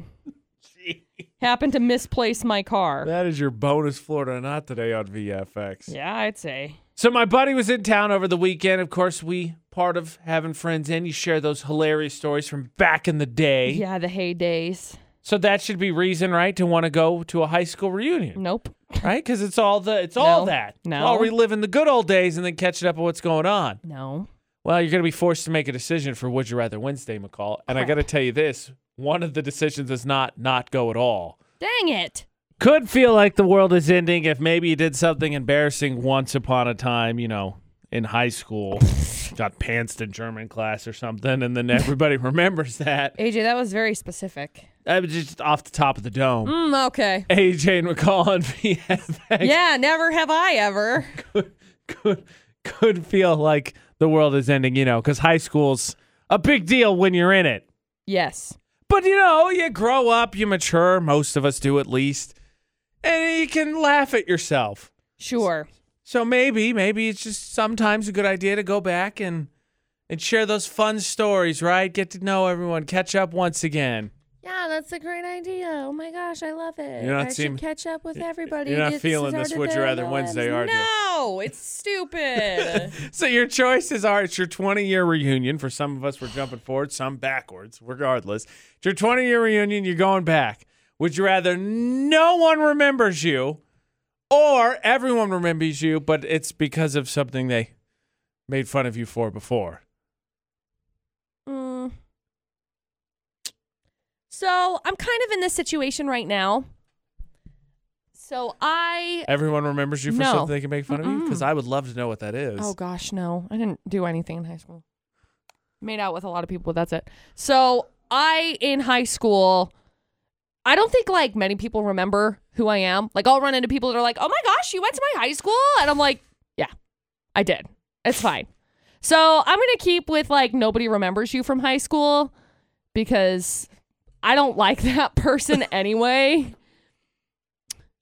Speaker 2: Happened to misplace my car.
Speaker 1: that is your bonus Florida not today on VFX.
Speaker 2: yeah, I'd say.
Speaker 1: So my buddy was in town over the weekend. Of course, we part of having friends in. You share those hilarious stories from back in the day.
Speaker 2: Yeah, the heydays.
Speaker 1: So that should be reason, right, to want to go to a high school reunion,
Speaker 2: Nope.
Speaker 1: right? Because it's all the it's all
Speaker 2: No.
Speaker 1: that. It's
Speaker 2: No.
Speaker 1: all reliving the good old days and then catching up on what's going on.
Speaker 2: No.
Speaker 1: Well, you're going to be forced to make a decision for Would You Rather Wednesday, McCall. And I
Speaker 2: Crap.
Speaker 1: got to tell you this one of the decisions is not not go at all.
Speaker 2: Dang it.
Speaker 1: Could feel like the world is ending if maybe you did something embarrassing once upon a time, you know, in high school, got pantsed in German class or something, and then everybody [laughs] remembers that.
Speaker 2: AJ, that was very specific.
Speaker 1: I was just off the top of the dome.
Speaker 2: Mm, okay.
Speaker 1: AJ and [laughs] McCall on VFX.
Speaker 2: Yeah, never have I ever.
Speaker 1: could could feel like the world is ending, you know, because high school's a big deal when you're in it.
Speaker 2: Yes.
Speaker 1: But you know, you grow up, you mature, most of us do at least, and you can laugh at yourself.
Speaker 2: Sure.
Speaker 1: So maybe, maybe it's just sometimes a good idea to go back and and share those fun stories, right? Get to know everyone, catch up once again.
Speaker 2: Yeah, that's a great idea. Oh my gosh, I love it.
Speaker 1: You're not I should seem-
Speaker 2: catch up with everybody.
Speaker 1: you're not It's feeling this started Would You there, Rather no Wednesday, ends. are you?
Speaker 2: No, it's [laughs] stupid.
Speaker 1: So your choices are it's your 20 year reunion. For some of us, we're jumping forward, some backwards, regardless. It's your 20 year reunion, you're going back. Would you rather no one remembers you or everyone remembers you, but it's because of something they made fun of you for before?
Speaker 2: Mm. So I'm kind of in this situation right now. So I.
Speaker 1: Everyone remembers you for
Speaker 2: No.
Speaker 1: something they can make fun of you? Because I would love to know what that is.
Speaker 2: Oh gosh, no. I didn't do anything in high school. Made out with a lot of people, but that's it. So I, in high school, I don't think like many people remember who I am. Like I'll run into people that are like, oh my gosh, you went to my high school? And I'm like, yeah, I did. It's fine. So I'm going to keep with like nobody remembers you from high school because I don't like [laughs] that person anyway.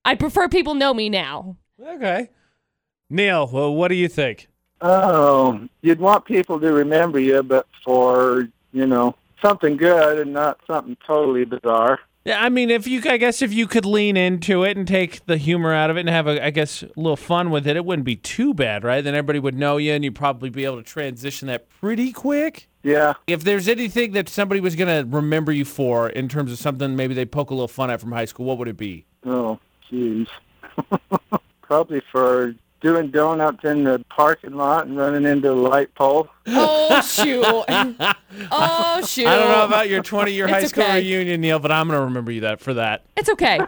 Speaker 2: I prefer people know me now.
Speaker 1: Okay. Neil, well, what do you think?
Speaker 4: Oh, you'd want people to remember you, but for, you know, something good and not something totally bizarre.
Speaker 1: Yeah, I mean, if you, I guess, if you could lean into it and take the humor out of it and have, a, I guess, a little fun with it, it wouldn't be too bad, right? Then everybody would know you, and you'd probably be able to transition that pretty quick.
Speaker 4: Yeah.
Speaker 1: If there's anything that somebody was gonna remember you for in terms of something maybe they poke a little fun at from high school, what would it be?
Speaker 4: Oh, jeez. [laughs] Probably for doing donuts in the parking lot and running into a light pole.
Speaker 1: [laughs]
Speaker 2: Oh shoot! oh shoot!
Speaker 1: I don't know about your 20-year high
Speaker 2: [laughs] It's
Speaker 1: school
Speaker 2: okay.
Speaker 1: reunion, Neil, but I'm gonna remember you that for that.
Speaker 2: It's okay.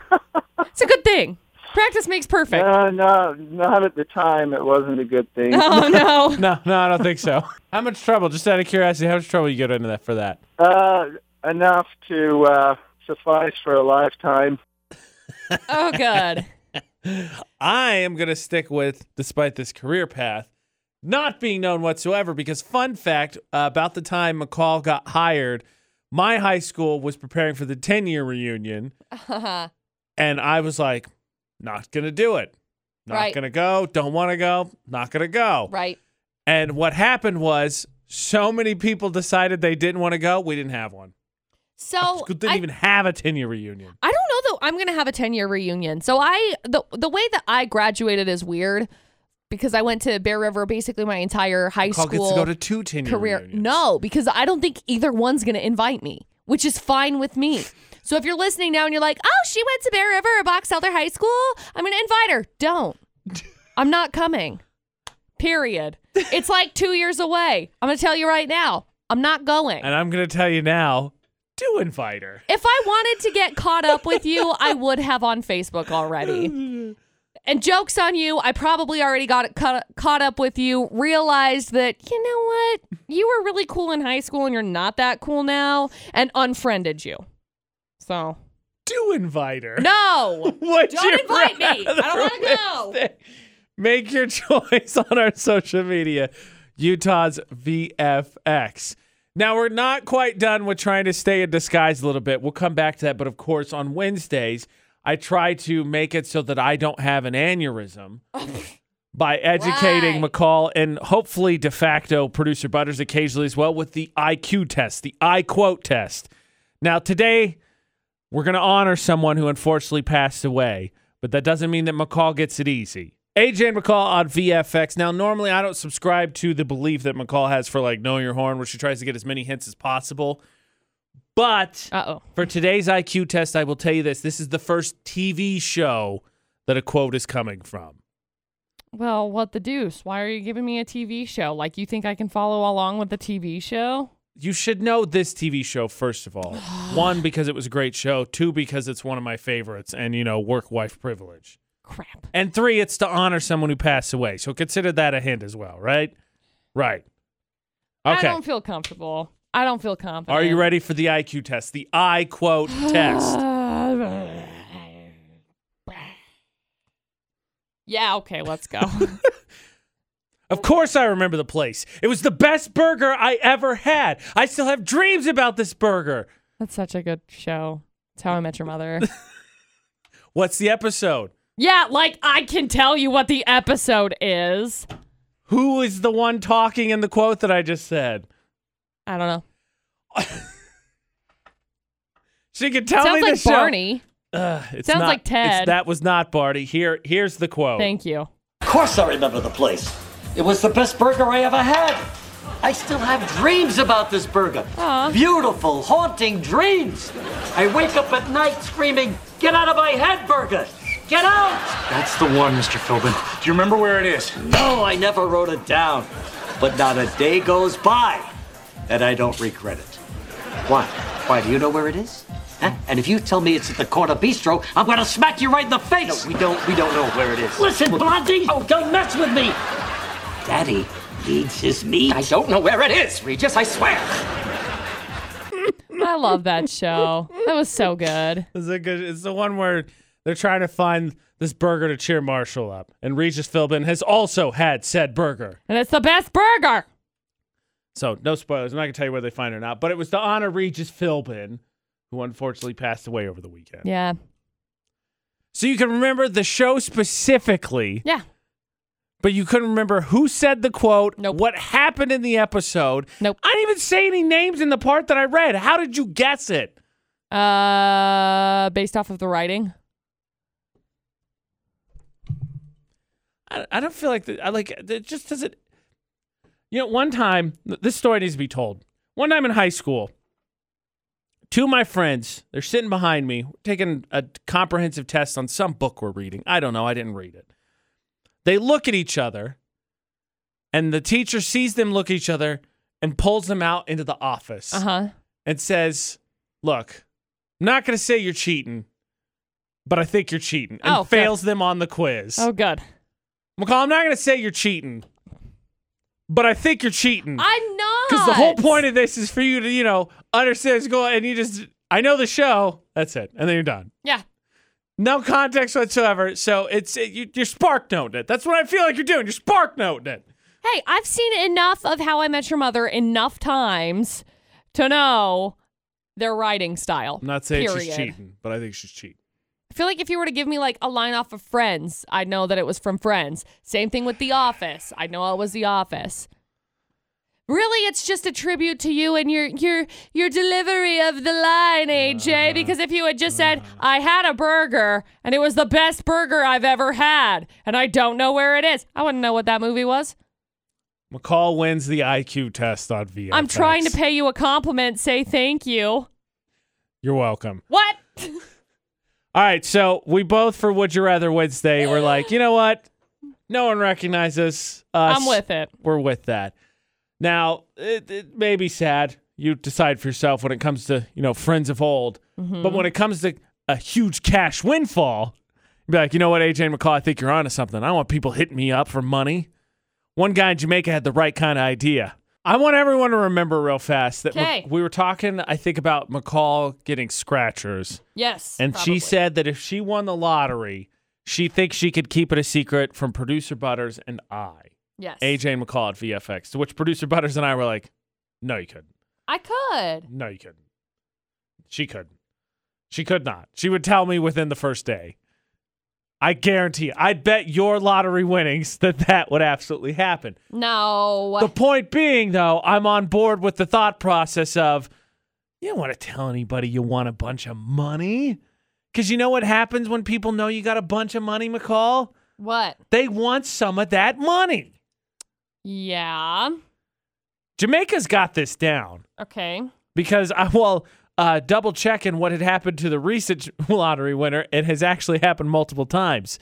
Speaker 2: It's a good thing. Practice makes perfect.
Speaker 4: Uh, no, not at the time. It wasn't a good thing.
Speaker 1: [laughs]
Speaker 2: Oh no!
Speaker 1: No, no, I don't think [laughs] so. how much trouble? Just out of curiosity, how much trouble you get into that for that?
Speaker 4: Uh, enough to uh, suffice for a lifetime.
Speaker 2: Oh god!
Speaker 1: I am going to stick with, despite this career path, not being known whatsoever. Because, fun fact uh, about the time McCall got hired, my high school was preparing for the 10 year reunion. And I was like, not going to do it. Not
Speaker 2: Right.
Speaker 1: going to go. Don't want to go. Not going to go.
Speaker 2: [laughs] right.
Speaker 1: And what happened was so many people decided they didn't want to go. We didn't have one.
Speaker 2: So
Speaker 1: School didn't
Speaker 2: Oh, I,
Speaker 1: even have a 10 year reunion.
Speaker 2: I don't know though. I'm gonna have a 10 year reunion. So I the the way that I graduated is weird because I went to Bear River basically my entire high
Speaker 1: McCall gets
Speaker 2: school
Speaker 1: to go to two 10 year
Speaker 2: career.
Speaker 1: reunions.
Speaker 2: No, because I don't think either one's going to invite me, which is fine with me. So if you're listening now and you're like, oh, she went to Bear River or Box Elder High School, I'm going to invite her. Don't. I'm not coming. Period. It's like two years away. I'm going to tell you right now, I'm not going.
Speaker 1: And I'm going to tell you now do invite her.
Speaker 2: If I wanted to get caught up with you, I would have on Facebook already. And jokes on you, I probably already got caught, caught up with you, realized that, you know what? You were really cool in high school and you're not that cool now, and unfriended you. So,
Speaker 1: do invite her.
Speaker 2: no.
Speaker 1: [laughs] Would
Speaker 2: Don't
Speaker 1: you
Speaker 2: invite me. I
Speaker 1: rather
Speaker 2: don't wanna go.
Speaker 1: Wednesday? Make your [laughs] choice on our social media, Utah's VFX. Now, we're not quite done with trying to stay in disguise a little bit. We'll come back to that. But of course, on
Speaker 2: [laughs]
Speaker 1: Wednesdays, I try to make it so that I don't have an aneurysm. by educating
Speaker 2: Right.
Speaker 1: McCall and hopefully de facto producer Butters occasionally as well with the IQ test, the I quote test. Now, today, we're going to honor someone who unfortunately passed away, but that doesn't mean that McCall gets it easy. AJ and McCall on VFX. Now, normally I don't subscribe to the belief that McCall has for like knowing your horn, where she tries to get as many hints as possible. But
Speaker 2: Uh oh.
Speaker 1: for today's IQ test, I will tell you this this is the first TV show that a quote is coming from.
Speaker 2: Well, what the deuce? Why are you giving me a TV show? Like, you think I can follow along with the TV show?
Speaker 1: you should know this TV show first of all. One because it was a great show. Two because it's one of my favorites, and you know, work wife privilege.
Speaker 2: Crap.
Speaker 1: And three, it's to honor someone who passed away. So consider that a hint as well, right? Right.
Speaker 2: I
Speaker 1: Okay.
Speaker 2: don't feel comfortable. I don't feel confident.
Speaker 1: Are you ready for the IQ test? The I
Speaker 2: [gasps]
Speaker 1: quote test.
Speaker 2: yeah, okay, let's
Speaker 1: [laughs]
Speaker 2: go.
Speaker 1: Of course, I remember the place. It was the best burger I ever had. I still have dreams about this burger.
Speaker 2: That's such a good show. It's how I met
Speaker 1: [laughs]
Speaker 2: your mother.
Speaker 1: What's the episode?
Speaker 2: yeah, like I can tell you what the episode is.
Speaker 1: Who is the one talking in the quote that I just said?
Speaker 2: I don't know.
Speaker 1: She could tell me
Speaker 2: Sounds
Speaker 1: the
Speaker 2: like
Speaker 1: show.
Speaker 2: Barney.
Speaker 1: Ugh, it's
Speaker 2: Sounds
Speaker 1: not-
Speaker 2: like Ted.
Speaker 1: it's- that was not Barty. Here, here's the quote.
Speaker 2: Thank you.
Speaker 5: Of course I remember the place. It was the best burger I ever had. I still have dreams about this burger.
Speaker 2: Aw.
Speaker 5: Beautiful, haunting dreams. I wake up at night screaming, Get out of my head, burger! Get out!
Speaker 6: That's the one, Mr. Philbin. Do you remember where it is?
Speaker 5: No, I never wrote it down. But not a day goes by that I don't regret it. Why? Why, do you know where it is? Huh? And if you tell me it's at the corner bistro, I'm gonna smack you right in the face!
Speaker 6: We don't. We don't know where it is.
Speaker 5: Listen, Blondie! Oh, don't mess with me! Daddy needs his meat.
Speaker 6: I don't know where it is, Regis. I swear.
Speaker 2: I love
Speaker 1: [laughs]
Speaker 2: that show. That was so good.
Speaker 1: It's, a good, it's the one where they're trying to find this burger to cheer Marshall up, and Regis Philbin has also had said burger.
Speaker 2: And it's the best burger.
Speaker 1: So no spoilers. I'm not gonna tell you where they find it or not, but it was to honor Regis Philbin, who unfortunately passed away over the weekend.
Speaker 2: Yeah.
Speaker 1: So you can remember the show specifically,
Speaker 2: Yeah.
Speaker 1: but you couldn't remember who said the quote,
Speaker 2: Nope.
Speaker 1: what happened in the episode.
Speaker 2: Nope.
Speaker 1: I didn't even say any names in the part that I read. How did you guess it?
Speaker 2: Uh based off of the writing.
Speaker 1: I, I don't feel like the, I like it just doesn't. You know, one time th- this story needs to be told. One time in high school, two of my friends they're sitting behind me taking a comprehensive test on some book we're reading. I don't know. I didn't read it. They look at each other, and the teacher sees them look at each other and pulls them out into the office
Speaker 2: Uh-huh.
Speaker 1: and says, "Look, I'm not going to say you're cheating." But I think you're cheating and
Speaker 2: Oh, good.
Speaker 1: fails them on the quiz.
Speaker 2: Oh good.
Speaker 1: McCall, I'm not going to say you're cheating, but I think you're cheating.
Speaker 2: I'm not.
Speaker 1: Because the whole point of this is for you to, you know, understand what's going and you just, I know the show. That's it. And then you're done.
Speaker 2: Yeah.
Speaker 1: No context whatsoever. So it's, it, you, you're spark noting it. That's what I feel like you're doing. You're spark noting it.
Speaker 2: Hey, I've seen enough of How I Met Your Mother enough times to know their writing style.
Speaker 1: I'm not saying
Speaker 2: period.
Speaker 1: she's cheating, but I think she's cheating.
Speaker 2: I feel like if you were to give me like a line off of Friends, I'd know that it was from Friends. Same thing with The Office. I know it was The Office. Really, it's just a tribute to you and your your your delivery of the line, AJ.
Speaker 1: Uh-huh.
Speaker 2: because if you had just said, "I had a burger and it was the best burger I've ever had, and I don't know where it is," I wouldn't know what that movie was.
Speaker 1: McCall wins the IQ test on VFX.
Speaker 2: I'm trying to pay you a compliment. Say thank you.
Speaker 1: You're welcome. [laughs]
Speaker 2: What?
Speaker 1: All right, so we both for Would You Rather Wednesday were like, you know what? No one recognizes us.
Speaker 2: I'm with it.
Speaker 1: We're with that. Now, it, it may be sad. You decide for yourself when it comes to you know friends of old, but when it comes to a huge cash windfall, you'd be like, you know what, AJ McCall, I think you're onto something. I don't want people hitting me up for money. One guy in Jamaica had the right kind of idea. I want everyone to remember real fast that Mc-
Speaker 2: 'Kay.
Speaker 1: we were talking, I think, about McCall getting scratchers.
Speaker 2: Yes.
Speaker 1: And she said that if she won the lottery, she thinks she could keep it a secret from producer Butters and I,
Speaker 2: yes.
Speaker 1: AJ and McCall at VFX. To which producer Butters and I were like, no, you couldn't.
Speaker 2: I could.
Speaker 1: No, you couldn't. She couldn't. She could not. She would tell me within the first day. I guarantee. you. I'd bet your lottery winnings that that would absolutely happen.
Speaker 2: No.
Speaker 1: The point being, though, I'm on board with the thought process of you don't want to tell anybody you want a bunch of money. Because you know what happens when people know you got a bunch of money, McCall?
Speaker 2: what?
Speaker 1: They want some of that money.
Speaker 2: Yeah.
Speaker 1: Jamaica's got this down
Speaker 2: Okay.
Speaker 1: because I, well, uh, double checking what had happened to the recent [laughs] lottery winner, it has actually happened multiple times.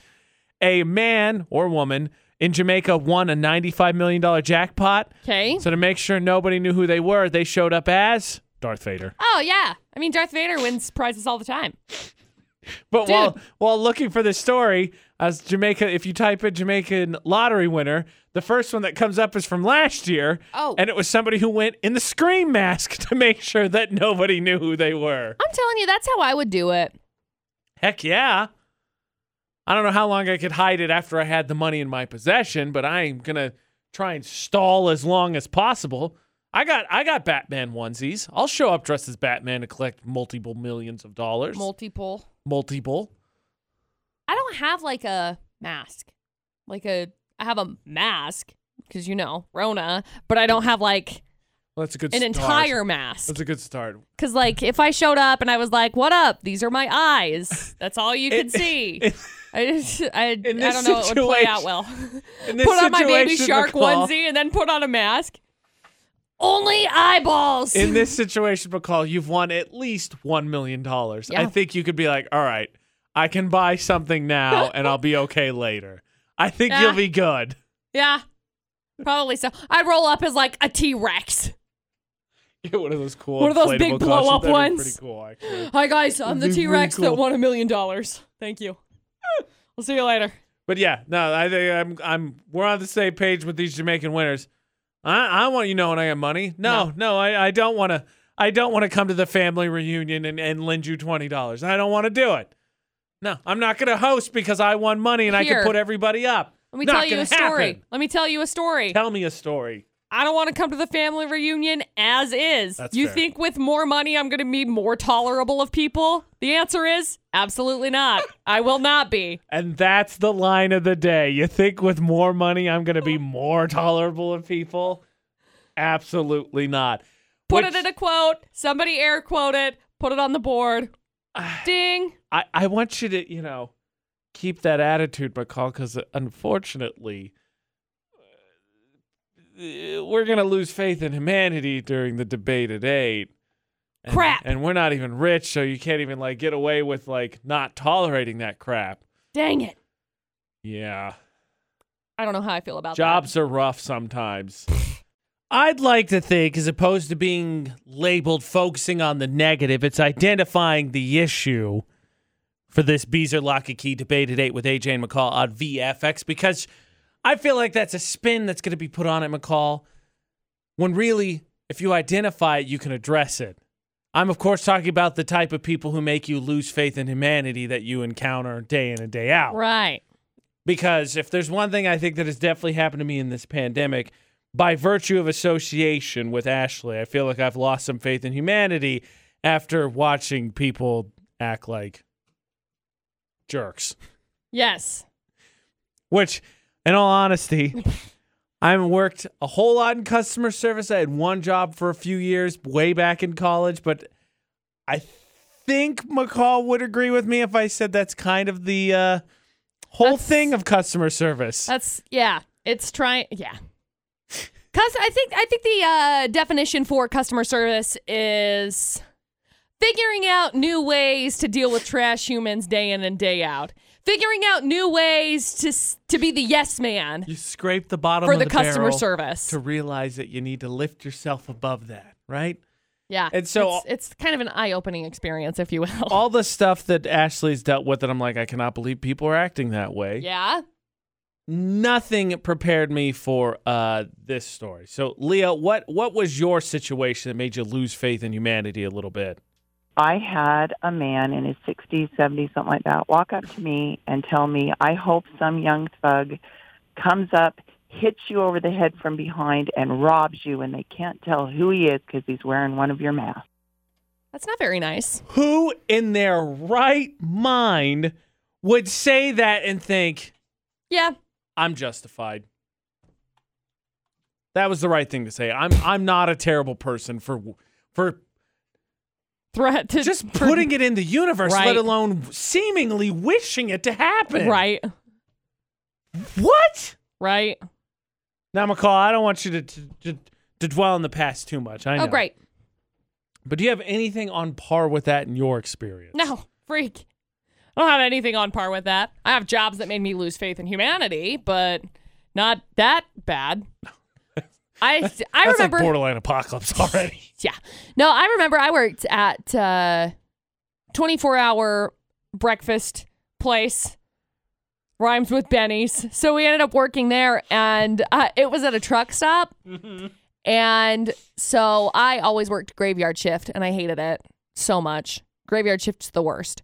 Speaker 1: A man or woman in Jamaica won a $95 million jackpot.
Speaker 2: Okay.
Speaker 1: So to make sure nobody knew who they were, they showed up as Darth Vader.
Speaker 2: oh yeah. I mean, Darth Vader wins prizes all the time.
Speaker 1: But
Speaker 2: Dude.
Speaker 1: while while looking for this story, as Jamaica, if you type in Jamaican lottery winner, the first one that comes up is from last year.
Speaker 2: Oh.
Speaker 1: And it was somebody who went in the scream mask [laughs] to make sure that nobody knew who they were.
Speaker 2: I'm telling you, that's how I would do it.
Speaker 1: Heck yeah. I don't know how long I could hide it after I had the money in my possession, but I'm gonna try and stall as long as possible. I got I got Batman onesies. I'll show up dressed as Batman to collect multiple millions of dollars.
Speaker 2: Multiple.
Speaker 1: multiple.
Speaker 2: I don't have like a mask. Like a I have a mask because you know, Rona, but I don't have like
Speaker 1: Well, that's a good
Speaker 2: an
Speaker 1: start.
Speaker 2: entire mask.
Speaker 1: That's a good start.
Speaker 2: Cuz like if I showed up and I was like, "What up? These are my eyes." That's all you
Speaker 1: [laughs] In-
Speaker 2: could see.
Speaker 1: in-
Speaker 2: I just I, I don't
Speaker 1: [laughs] in
Speaker 2: know
Speaker 1: this
Speaker 2: it would play out
Speaker 1: situation- [laughs]
Speaker 2: well.
Speaker 1: In this
Speaker 2: put on my baby
Speaker 1: situation,
Speaker 2: shark
Speaker 1: McCall-
Speaker 2: onesie and then put on a mask. Only eyeballs.
Speaker 1: In this situation, McCall, you've won at least one million dollars. I
Speaker 2: Yeah.
Speaker 1: think you could be like, all right, I can buy something now and I'll be okay later. I think
Speaker 2: Yeah.
Speaker 1: you'll be good.
Speaker 2: yeah. Probably so. I roll up as like a T-Rex.
Speaker 1: [laughs] Get one of those cool,
Speaker 2: One of those big
Speaker 1: inflatable
Speaker 2: blow
Speaker 1: costumes.
Speaker 2: up
Speaker 1: That'd be
Speaker 2: ones.
Speaker 1: Pretty cool, actually.
Speaker 2: Hi guys, I'm the
Speaker 1: That'd be
Speaker 2: T
Speaker 1: really
Speaker 2: Rex
Speaker 1: cool.
Speaker 2: that won a million dollars.
Speaker 1: [laughs]
Speaker 2: Thank you. we'll see you later.
Speaker 1: But yeah, no, I think I'm, I'm, we're on the same page with these Jamaican winners. I, I want you know when I got money. No, no, I, I don't want to. I don't want to come to the family reunion and, and lend you twenty dollars. I don't want to do it. No, I'm not going to host because I won money and I
Speaker 2: Here.
Speaker 1: can put everybody up.
Speaker 2: Let me
Speaker 1: Not
Speaker 2: tell you
Speaker 1: gonna
Speaker 2: a story.
Speaker 1: happen.
Speaker 2: Let me tell you a story.
Speaker 1: Tell me a story.
Speaker 2: I don't want to come to the family reunion as is.
Speaker 1: That's
Speaker 2: you
Speaker 1: fair.
Speaker 2: think with more money I'm going to be more tolerable of people? The answer is absolutely not. I will not be.
Speaker 1: And that's the line of the day. You think with more money I'm going to
Speaker 2: Oh.
Speaker 1: be more tolerable of people? Absolutely not.
Speaker 2: Put
Speaker 1: Which-
Speaker 2: it in a quote. Somebody air quote it. Put it on the board.
Speaker 1: [sighs]
Speaker 2: Ding.
Speaker 1: I, I want you to, you know, keep that attitude, McCall, because unfortunately, uh, we're going to lose faith in humanity during the debate at eight. And,
Speaker 2: Crap.
Speaker 1: And we're not even rich, so you can't even, like, get away with, like, not tolerating that crap.
Speaker 2: Dang it.
Speaker 1: Yeah.
Speaker 2: I don't know how I feel about
Speaker 1: Jobs are rough sometimes. I'd like to think, as opposed to being labeled focusing on the negative, it's identifying the issue for this Beezer Lock and Key debate at 8 with AJ and McCall on VFX because I feel like that's a spin that's going to be put on it, McCall, when really, if you identify it, you can address it. I'm, of course, talking about the type of people who make you lose faith in humanity that you encounter day in and day out
Speaker 2: that. Right.
Speaker 1: because if there's one thing I think that has definitely happened to me in this pandemic, by virtue of association with Ashley, I feel like I've lost some faith in humanity after watching people act like jerks.
Speaker 2: Yes.
Speaker 1: Which, in all honesty, I haven't worked a whole lot in customer service. I had one job for a few years way back in college, but I think McCall would agree with me if I said that's kind of the uh, whole
Speaker 2: That's-
Speaker 1: thing of customer service.
Speaker 2: That's yeah. It's trying yeah. Cus I think I think the uh, definition for customer service is figuring out new ways to deal with trash humans day in and day out. Figuring out new ways to s- to be the yes man
Speaker 1: You scrape the bottom
Speaker 2: for
Speaker 1: of
Speaker 2: the, customer
Speaker 1: barrel
Speaker 2: service.
Speaker 1: to realize that you need to lift yourself above that, right?
Speaker 2: yeah.
Speaker 1: and so-
Speaker 2: it's, it's kind of an eye opening experience, if you will.
Speaker 1: All the stuff that Ashley's dealt with that I'm like, I cannot believe people are acting that way.
Speaker 2: [laughs] yeah.
Speaker 1: Nothing prepared me for uh, this story. So, Leah, what what was your situation that made you lose faith in humanity a little bit?
Speaker 7: I had a man in his 60s, 70s, something like that, walk up to me and tell me, I hope some young thug comes up, hits you over the head from behind, and robs you, and they can't tell who he is because he's wearing one of your masks.
Speaker 2: That's not very nice.
Speaker 1: Who in their right mind would say that and think
Speaker 2: Yeah.
Speaker 1: I'm justified. That was the right thing to say. I'm I'm not a terrible person for for
Speaker 2: Threat to
Speaker 1: just putting it in the universe,
Speaker 2: Right.
Speaker 1: let alone seemingly wishing it to happen.
Speaker 2: [laughs] right,
Speaker 1: What?
Speaker 2: right.
Speaker 1: Now, McCall, I don't want you to to, to, to dwell on the past too much. I know.
Speaker 2: Oh, great.
Speaker 1: But do you have anything on par with that in your experience?
Speaker 2: No, freak. I don't have anything on par with that. I have jobs that made me lose faith in humanity, but not that
Speaker 1: [laughs]
Speaker 2: bad. I I
Speaker 1: That's
Speaker 2: remember
Speaker 1: like borderline
Speaker 2: [laughs]
Speaker 1: apocalypse already.
Speaker 2: Yeah. No, I remember I worked at uh 24 hour breakfast place rhymes with Benny's. So we ended up working there and uh, it was at a truck stop.
Speaker 1: Mm-hmm.
Speaker 2: And so I always worked graveyard shift and I hated it so much. Graveyard shift's the worst.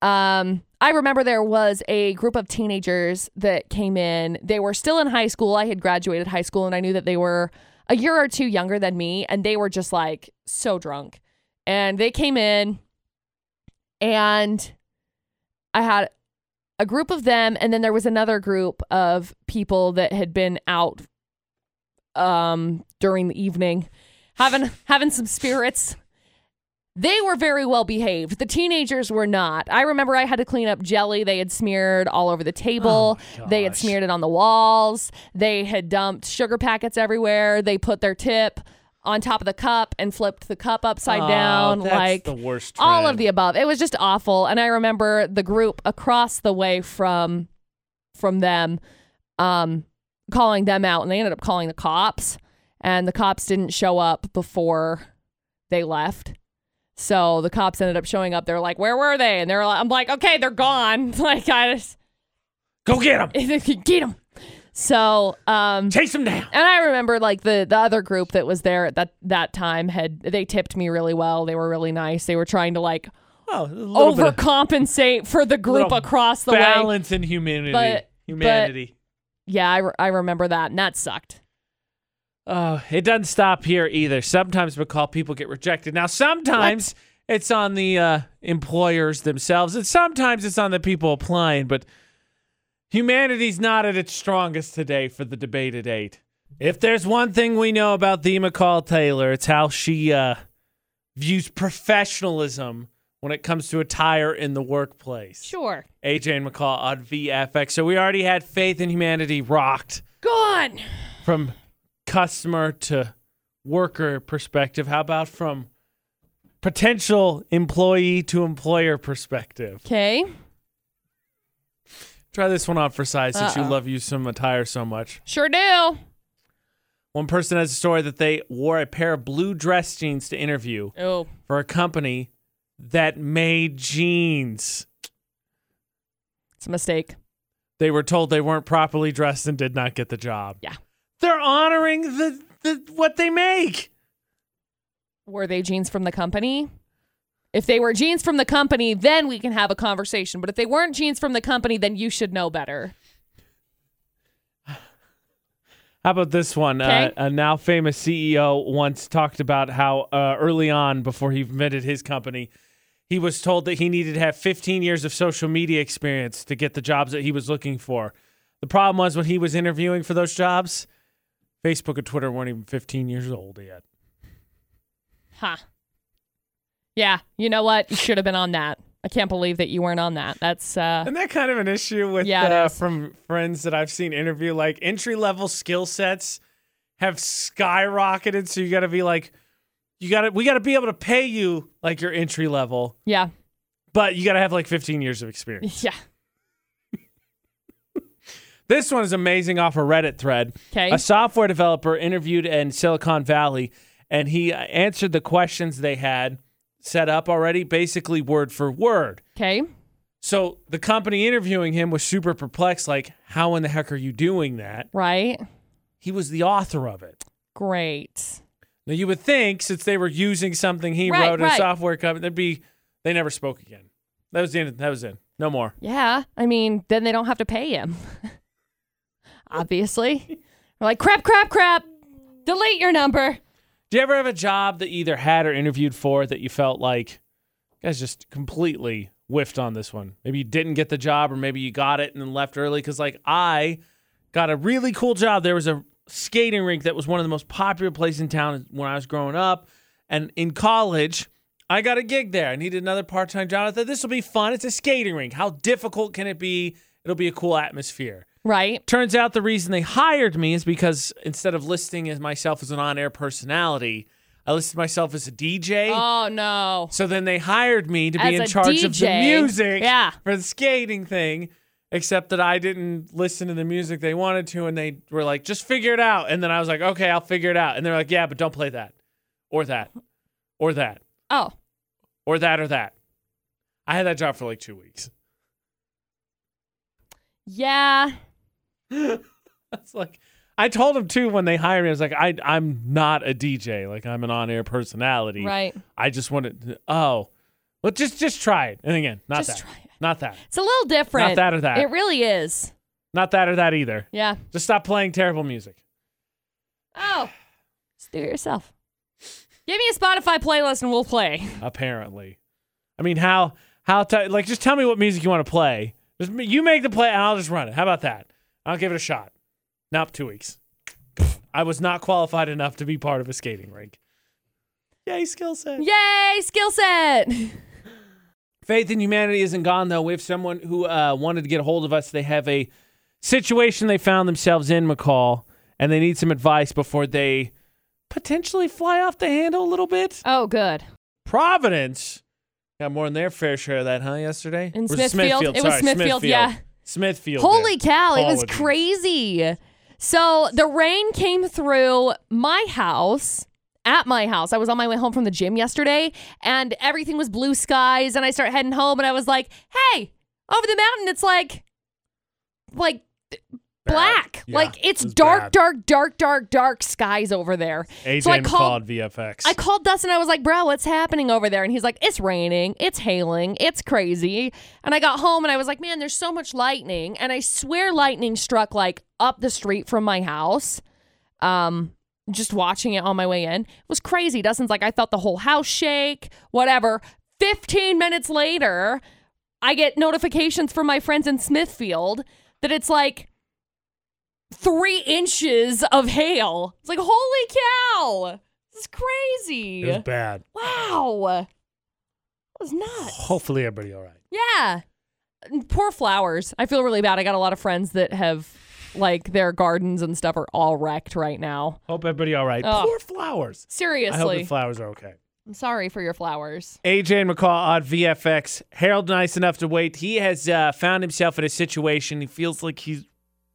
Speaker 2: Um I remember there was a group of teenagers that came in. They were still in high school. I had graduated high school and I knew that they were a year or two younger than me and they were just like so drunk and they came in and i had a group of them and then there was another group of people that had been out um during the evening having having some spirits they were very well behaved the teenagers were not i remember i had to clean up jelly they had smeared all over the table they had
Speaker 1: Oh, gosh.
Speaker 2: smeared it on the walls they had dumped sugar packets everywhere they put their tip on top of the cup and flipped the cup upside
Speaker 1: Oh,
Speaker 2: down
Speaker 1: that's
Speaker 2: like
Speaker 1: the worst
Speaker 2: all of
Speaker 1: trend.
Speaker 2: the above it was just awful and i remember the group across the way from from them um calling them out and they ended up calling the cops and the cops didn't show up before they left so the cops ended up showing up they're like where were they and they're like i'm like okay they're gone [laughs] like i just
Speaker 1: Go get him.
Speaker 2: get them so um
Speaker 1: Chase him down.
Speaker 2: and I remember like the the other group that was there at that that time had they tipped me really well. They were really nice. They were trying to like
Speaker 1: Oh, a little bit of
Speaker 2: overcompensate for the group
Speaker 1: little
Speaker 2: across the way.
Speaker 1: balance in humanity.
Speaker 2: But-
Speaker 1: humanity.
Speaker 2: Yeah, I, re- I remember that, and that sucked.
Speaker 1: Oh, it doesn't stop here either. Sometimes McCall people get rejected. Now, sometimes it's on the uh, employers themselves, and sometimes it's on the people applying. But humanity's not at its strongest today for the debate at eight. If there's one thing we know about the McCall Taylor, it's how she uh, views professionalism when it comes to attire in the workplace.
Speaker 2: Sure.
Speaker 1: AJ and McCall on VFX. So we already had faith in humanity rocked
Speaker 2: Gone.
Speaker 1: from customer to worker perspective. How about from potential employee to employer perspective?
Speaker 2: Okay.
Speaker 1: Try this one on for size since you
Speaker 2: Uh-oh.
Speaker 1: love you some attire so much.
Speaker 2: Sure do.
Speaker 1: One person has a story that they wore a pair of blue dress jeans to interview
Speaker 2: Oh,
Speaker 1: for a company that made jeans.
Speaker 2: it's a mistake.
Speaker 1: They were told they weren't properly dressed and did not get the job.
Speaker 2: Yeah.
Speaker 1: They're honoring the, the what they make.
Speaker 2: Were they jeans from the company? If they were jeans from the company, then we can have a conversation. But if they weren't jeans from the company, then you should know better.
Speaker 1: How about this one? Uh,
Speaker 2: Okay.
Speaker 1: a now famous CEO once talked about how uh, early on, before he invented his company, he was told that he needed to have 15 years of social media experience to get the jobs that he was looking for. The problem was when he was interviewing for those jobs, Facebook and Twitter weren't even 15 years old yet.
Speaker 2: Huh. Yeah, you know what? You should have been on that. I can't believe that you weren't on that.
Speaker 1: [laughs]
Speaker 2: That's uh
Speaker 1: Isn't that kind of an issue with
Speaker 2: Yeah, it
Speaker 1: uh,
Speaker 2: is.
Speaker 1: from friends that I've seen interview? Like entry level skill sets have skyrocketed, so you got to be like, you got to we got to be able to pay you like your entry level,
Speaker 2: yeah. [laughs]
Speaker 1: but you got to have like 15 years of experience.
Speaker 2: Yeah.
Speaker 1: This one is amazing off a Reddit thread.
Speaker 2: 'Kay.
Speaker 1: A software developer interviewed in Silicon Valley, and he uh, answered the questions they had set up already, basically word for word.
Speaker 2: Okay.
Speaker 1: So the company interviewing him was super perplexed, like, how in the heck are you doing that?
Speaker 2: Right.
Speaker 1: He was the author of it.
Speaker 2: Great.
Speaker 1: Now you would think since they were using something he
Speaker 2: Right,
Speaker 1: wrote in a
Speaker 2: right.
Speaker 1: software company, that'd be they never spoke again. That was the end. Of, that was it. No more.
Speaker 2: Yeah. I mean, then they don't have to pay him. [laughs] Obviously. We're like, crap, crap, crap. Delete your number.
Speaker 1: Do you ever have a job that you either had or interviewed for that you felt like you guys just completely whiffed on this one. Maybe you didn't get the job, or maybe you got it and then left early. Because like I got a really cool job. There was a skating rink that was one of the most popular places in town when I was growing up, and in college. I got a gig there. I needed another part time job. I thought this will be fun. It's a skating rink. How difficult can it be? It'll be a cool atmosphere.
Speaker 2: right?
Speaker 1: Turns out the reason they hired me is because instead of listing as myself as an on air personality, I listed myself as a DJ.
Speaker 2: Oh no.
Speaker 1: So then they hired me to be
Speaker 2: As
Speaker 1: in
Speaker 2: a
Speaker 1: charge of the
Speaker 2: DJ.
Speaker 1: music
Speaker 2: Yeah.
Speaker 1: for the skating thing, except that I didn't listen to the music they wanted to, and they were like, just figure it out. And then I was like, okay, I'll figure it out. And they're like, yeah, but don't play that or that or that
Speaker 2: Oh.
Speaker 1: or that or that. I had that job for like two weeks.
Speaker 2: Yeah.
Speaker 1: [laughs] That's like I told him too when they hired me. I was like, I I'm not a DJ. Like I'm an on air personality.
Speaker 2: Right.
Speaker 1: I just wanted. To, oh, well, just just try it. And again, not
Speaker 2: Just
Speaker 1: that.
Speaker 2: try it.
Speaker 1: Not that.
Speaker 2: It's a little different.
Speaker 1: Not that or that.
Speaker 2: It really is.
Speaker 1: Not that or that either.
Speaker 2: Yeah.
Speaker 1: Just stop playing terrible music.
Speaker 2: Oh. Just do it yourself. Give me a Spotify playlist and we'll play. [laughs]
Speaker 1: Apparently, I mean, how how t- like just tell me what music you want to play. Just m- you make the play and I'll just run it. How about that? I'll give it a shot. Nope, two weeks. I was not qualified enough to be part of a skating rink. Yay, skill set.
Speaker 2: Yay, skill set.
Speaker 1: Faith in humanity isn't gone, though. We have someone who uh, wanted to get a hold of us. They have a situation they found themselves in, McCall, and they need some advice before they potentially fly off the handle a little bit.
Speaker 2: Oh, good.
Speaker 1: Providence got more than their fair share of that, huh, yesterday?
Speaker 2: In
Speaker 1: Or
Speaker 2: Smithfield? It was
Speaker 1: sorry,
Speaker 2: Smithfield, yeah.
Speaker 1: Smithfield.
Speaker 2: Holy
Speaker 1: did.
Speaker 2: cow, it was
Speaker 1: Apologies.
Speaker 2: crazy. So the rain came through my house. At my house, I was on my way home from the gym yesterday, and everything was blue skies. And I start heading home, and I was like, "Hey, over the mountain, it's like, like black,
Speaker 1: Yeah,
Speaker 2: like it's
Speaker 1: it was
Speaker 2: dark,
Speaker 1: bad.
Speaker 2: dark, dark, dark, dark skies over there."
Speaker 1: AJ
Speaker 2: so I
Speaker 1: McCall
Speaker 2: called
Speaker 1: at VFX.
Speaker 2: I called Dustin. I was like, bro, what's happening over there? And he's like, it's raining, it's hailing, it's crazy. And I got home and I was like, man, there's so much lightning. And I swear lightning struck like up the street from my house. Um, just watching it on my way in. It was crazy. Dustin's like, I felt the whole house shake, whatever. 15 minutes later, I get notifications from my friends in Smithfield that it's like three inches of hail. It's like, holy cow! This is
Speaker 8: It was
Speaker 2: crazy.
Speaker 8: bad.
Speaker 2: Wow. That was nuts.
Speaker 8: Hopefully, everybody all right.
Speaker 2: Yeah. And Poor flowers. I feel really bad. I got a lot of friends that have, like, their gardens and stuff are all wrecked right now.
Speaker 8: Hope everybody all right.
Speaker 2: Oh.
Speaker 8: Poor flowers. I hope the
Speaker 2: Seriously.
Speaker 8: flowers are okay.
Speaker 2: I'm sorry for your flowers.
Speaker 1: AJ and McCall on VFX. Harold, nice enough to wait. He has uh, found himself in a situation. He feels like he's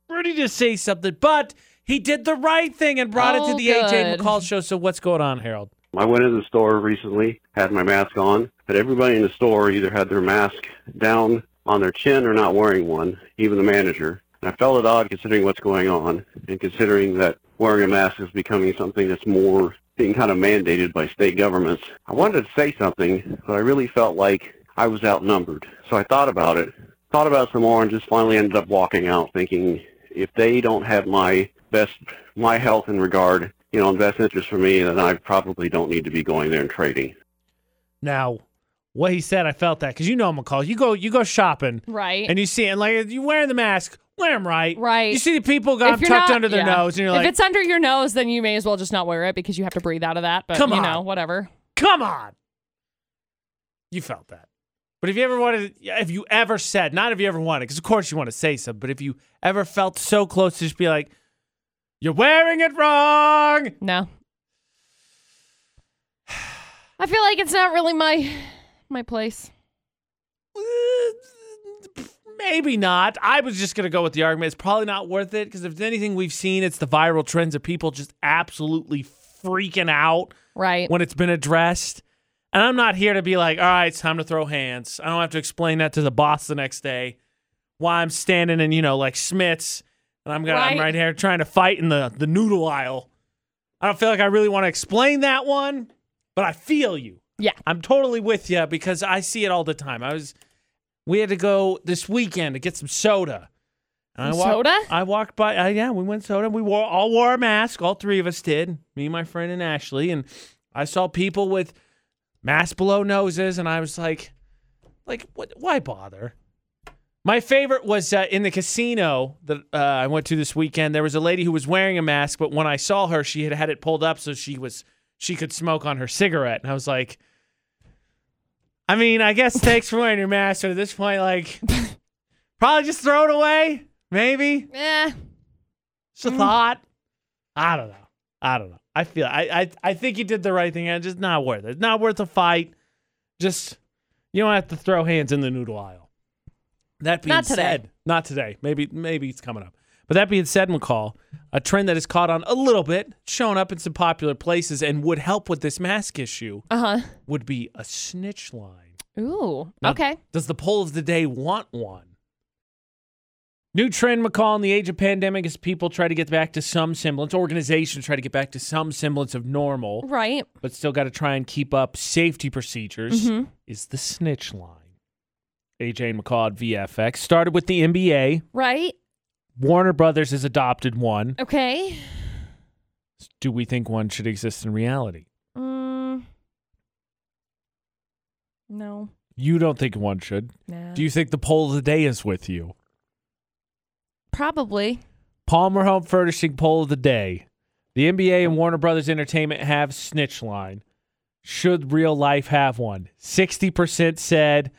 Speaker 1: ready to say something, but he did the right thing and brought it to
Speaker 2: Oh,
Speaker 1: the AJ and
Speaker 2: good.
Speaker 1: McCall show. So, what's going on, Harold?
Speaker 9: I went into the store recently, had my mask on, but everybody in the store either had their mask down on their chin or not wearing one, even the manager. And I felt it odd considering what's going on and considering that wearing a mask is becoming something that's more being kind of mandated by state governments. I wanted to say something, but I really felt like I was outnumbered. So I thought about it, thought about it some more, and just finally ended up walking out thinking, if they don't have my best my health in regard, you know, in best interest for me, then I probably don't need to be going there and trading.
Speaker 1: Now, what he said, I felt that because you know McCall. You go, you go shopping,
Speaker 2: Right.
Speaker 1: and you see, and like you wearing the mask, wear them right.
Speaker 2: Right.
Speaker 1: You see the people got 'em
Speaker 2: If you're
Speaker 1: tucked
Speaker 2: not-
Speaker 1: under their
Speaker 2: yeah.
Speaker 1: nose, and you're
Speaker 2: if
Speaker 1: like,
Speaker 2: it's under your nose, then you may as well just not wear it because you have to breathe out of that. But
Speaker 1: Come
Speaker 2: you
Speaker 1: on.
Speaker 2: know, whatever.
Speaker 1: come on. You felt that. But have you ever wanted, have you ever said, not have you ever wanted, because of course you want to say something, but if you ever felt so close to just be like, you're wearing it wrong. [laughs]
Speaker 2: No. I feel like it's not really my my place.
Speaker 1: Maybe not. I was just going to go with the argument. It's probably not worth it because if there's anything we've seen, it's the viral trends of people just absolutely freaking out
Speaker 2: Right.
Speaker 1: when it's been addressed. And I'm not here to be like, all right, it's time to throw hands. I don't have to explain that to the boss the next day. Why I'm standing in, you know, like Smith's and I'm gonna I'm
Speaker 2: Right.
Speaker 1: right here trying to fight in the, the noodle aisle. I don't feel like I really want to explain that one, but I feel you.
Speaker 2: Yeah.
Speaker 1: I'm totally with you because I see it all the time. I was we had to go this weekend to get some soda. And
Speaker 2: Some
Speaker 1: I walked,
Speaker 2: soda?
Speaker 1: I walked by. Uh, yeah, we went soda. We wore all wore a mask. All three of us did. Me, my friend, and Ashley. And I saw people with masks below noses, and I was like,
Speaker 8: Like, what, why bother?
Speaker 1: My favorite was uh, in the casino that uh, I went to this weekend. There was a lady who was wearing a mask, but when I saw her, she had had it pulled up so she was she could smoke on her cigarette, and I was like, I mean, I guess thanks for wearing your mask, but at this point,
Speaker 2: [laughs]
Speaker 1: like, probably just throw it away. Maybe
Speaker 2: Yeah.
Speaker 1: it's
Speaker 2: Mm.
Speaker 1: a thought. I don't know. I don't know. I feel I I, I think you did the right thing. and It's just not worth it. It's not worth a fight. Just you don't have to throw hands in the noodle aisle. That being
Speaker 2: Not today.
Speaker 1: said, not today. Maybe maybe it's coming up. But that being said, McCall, a trend that has caught on a little bit, shown up in some popular places, and would help with this mask issue
Speaker 2: Uh huh.
Speaker 1: would be a snitch line.
Speaker 2: Ooh.
Speaker 1: Now,
Speaker 2: okay.
Speaker 1: Does the poll of the day want one? New trend, McCall, in the age of pandemic is people try to get back to some semblance, organizations try to get back to some semblance of normal,
Speaker 2: Right.
Speaker 1: but still got to try and keep up safety procedures,
Speaker 2: Mhm.
Speaker 1: is the snitch line. AJ and McCall at VFX started with the NBA.
Speaker 2: Right.
Speaker 1: Warner Brothers has adopted one.
Speaker 2: Okay.
Speaker 1: Do we think one should exist in reality?
Speaker 2: Mm. No.
Speaker 1: You don't think one should.
Speaker 2: Nah.
Speaker 1: Do you think the poll of the day is with you?
Speaker 2: Probably.
Speaker 1: Palmer Home Furnishing poll of the day. The NBA and Warner Brothers Entertainment have snitch line. Should real life have one? 60% said,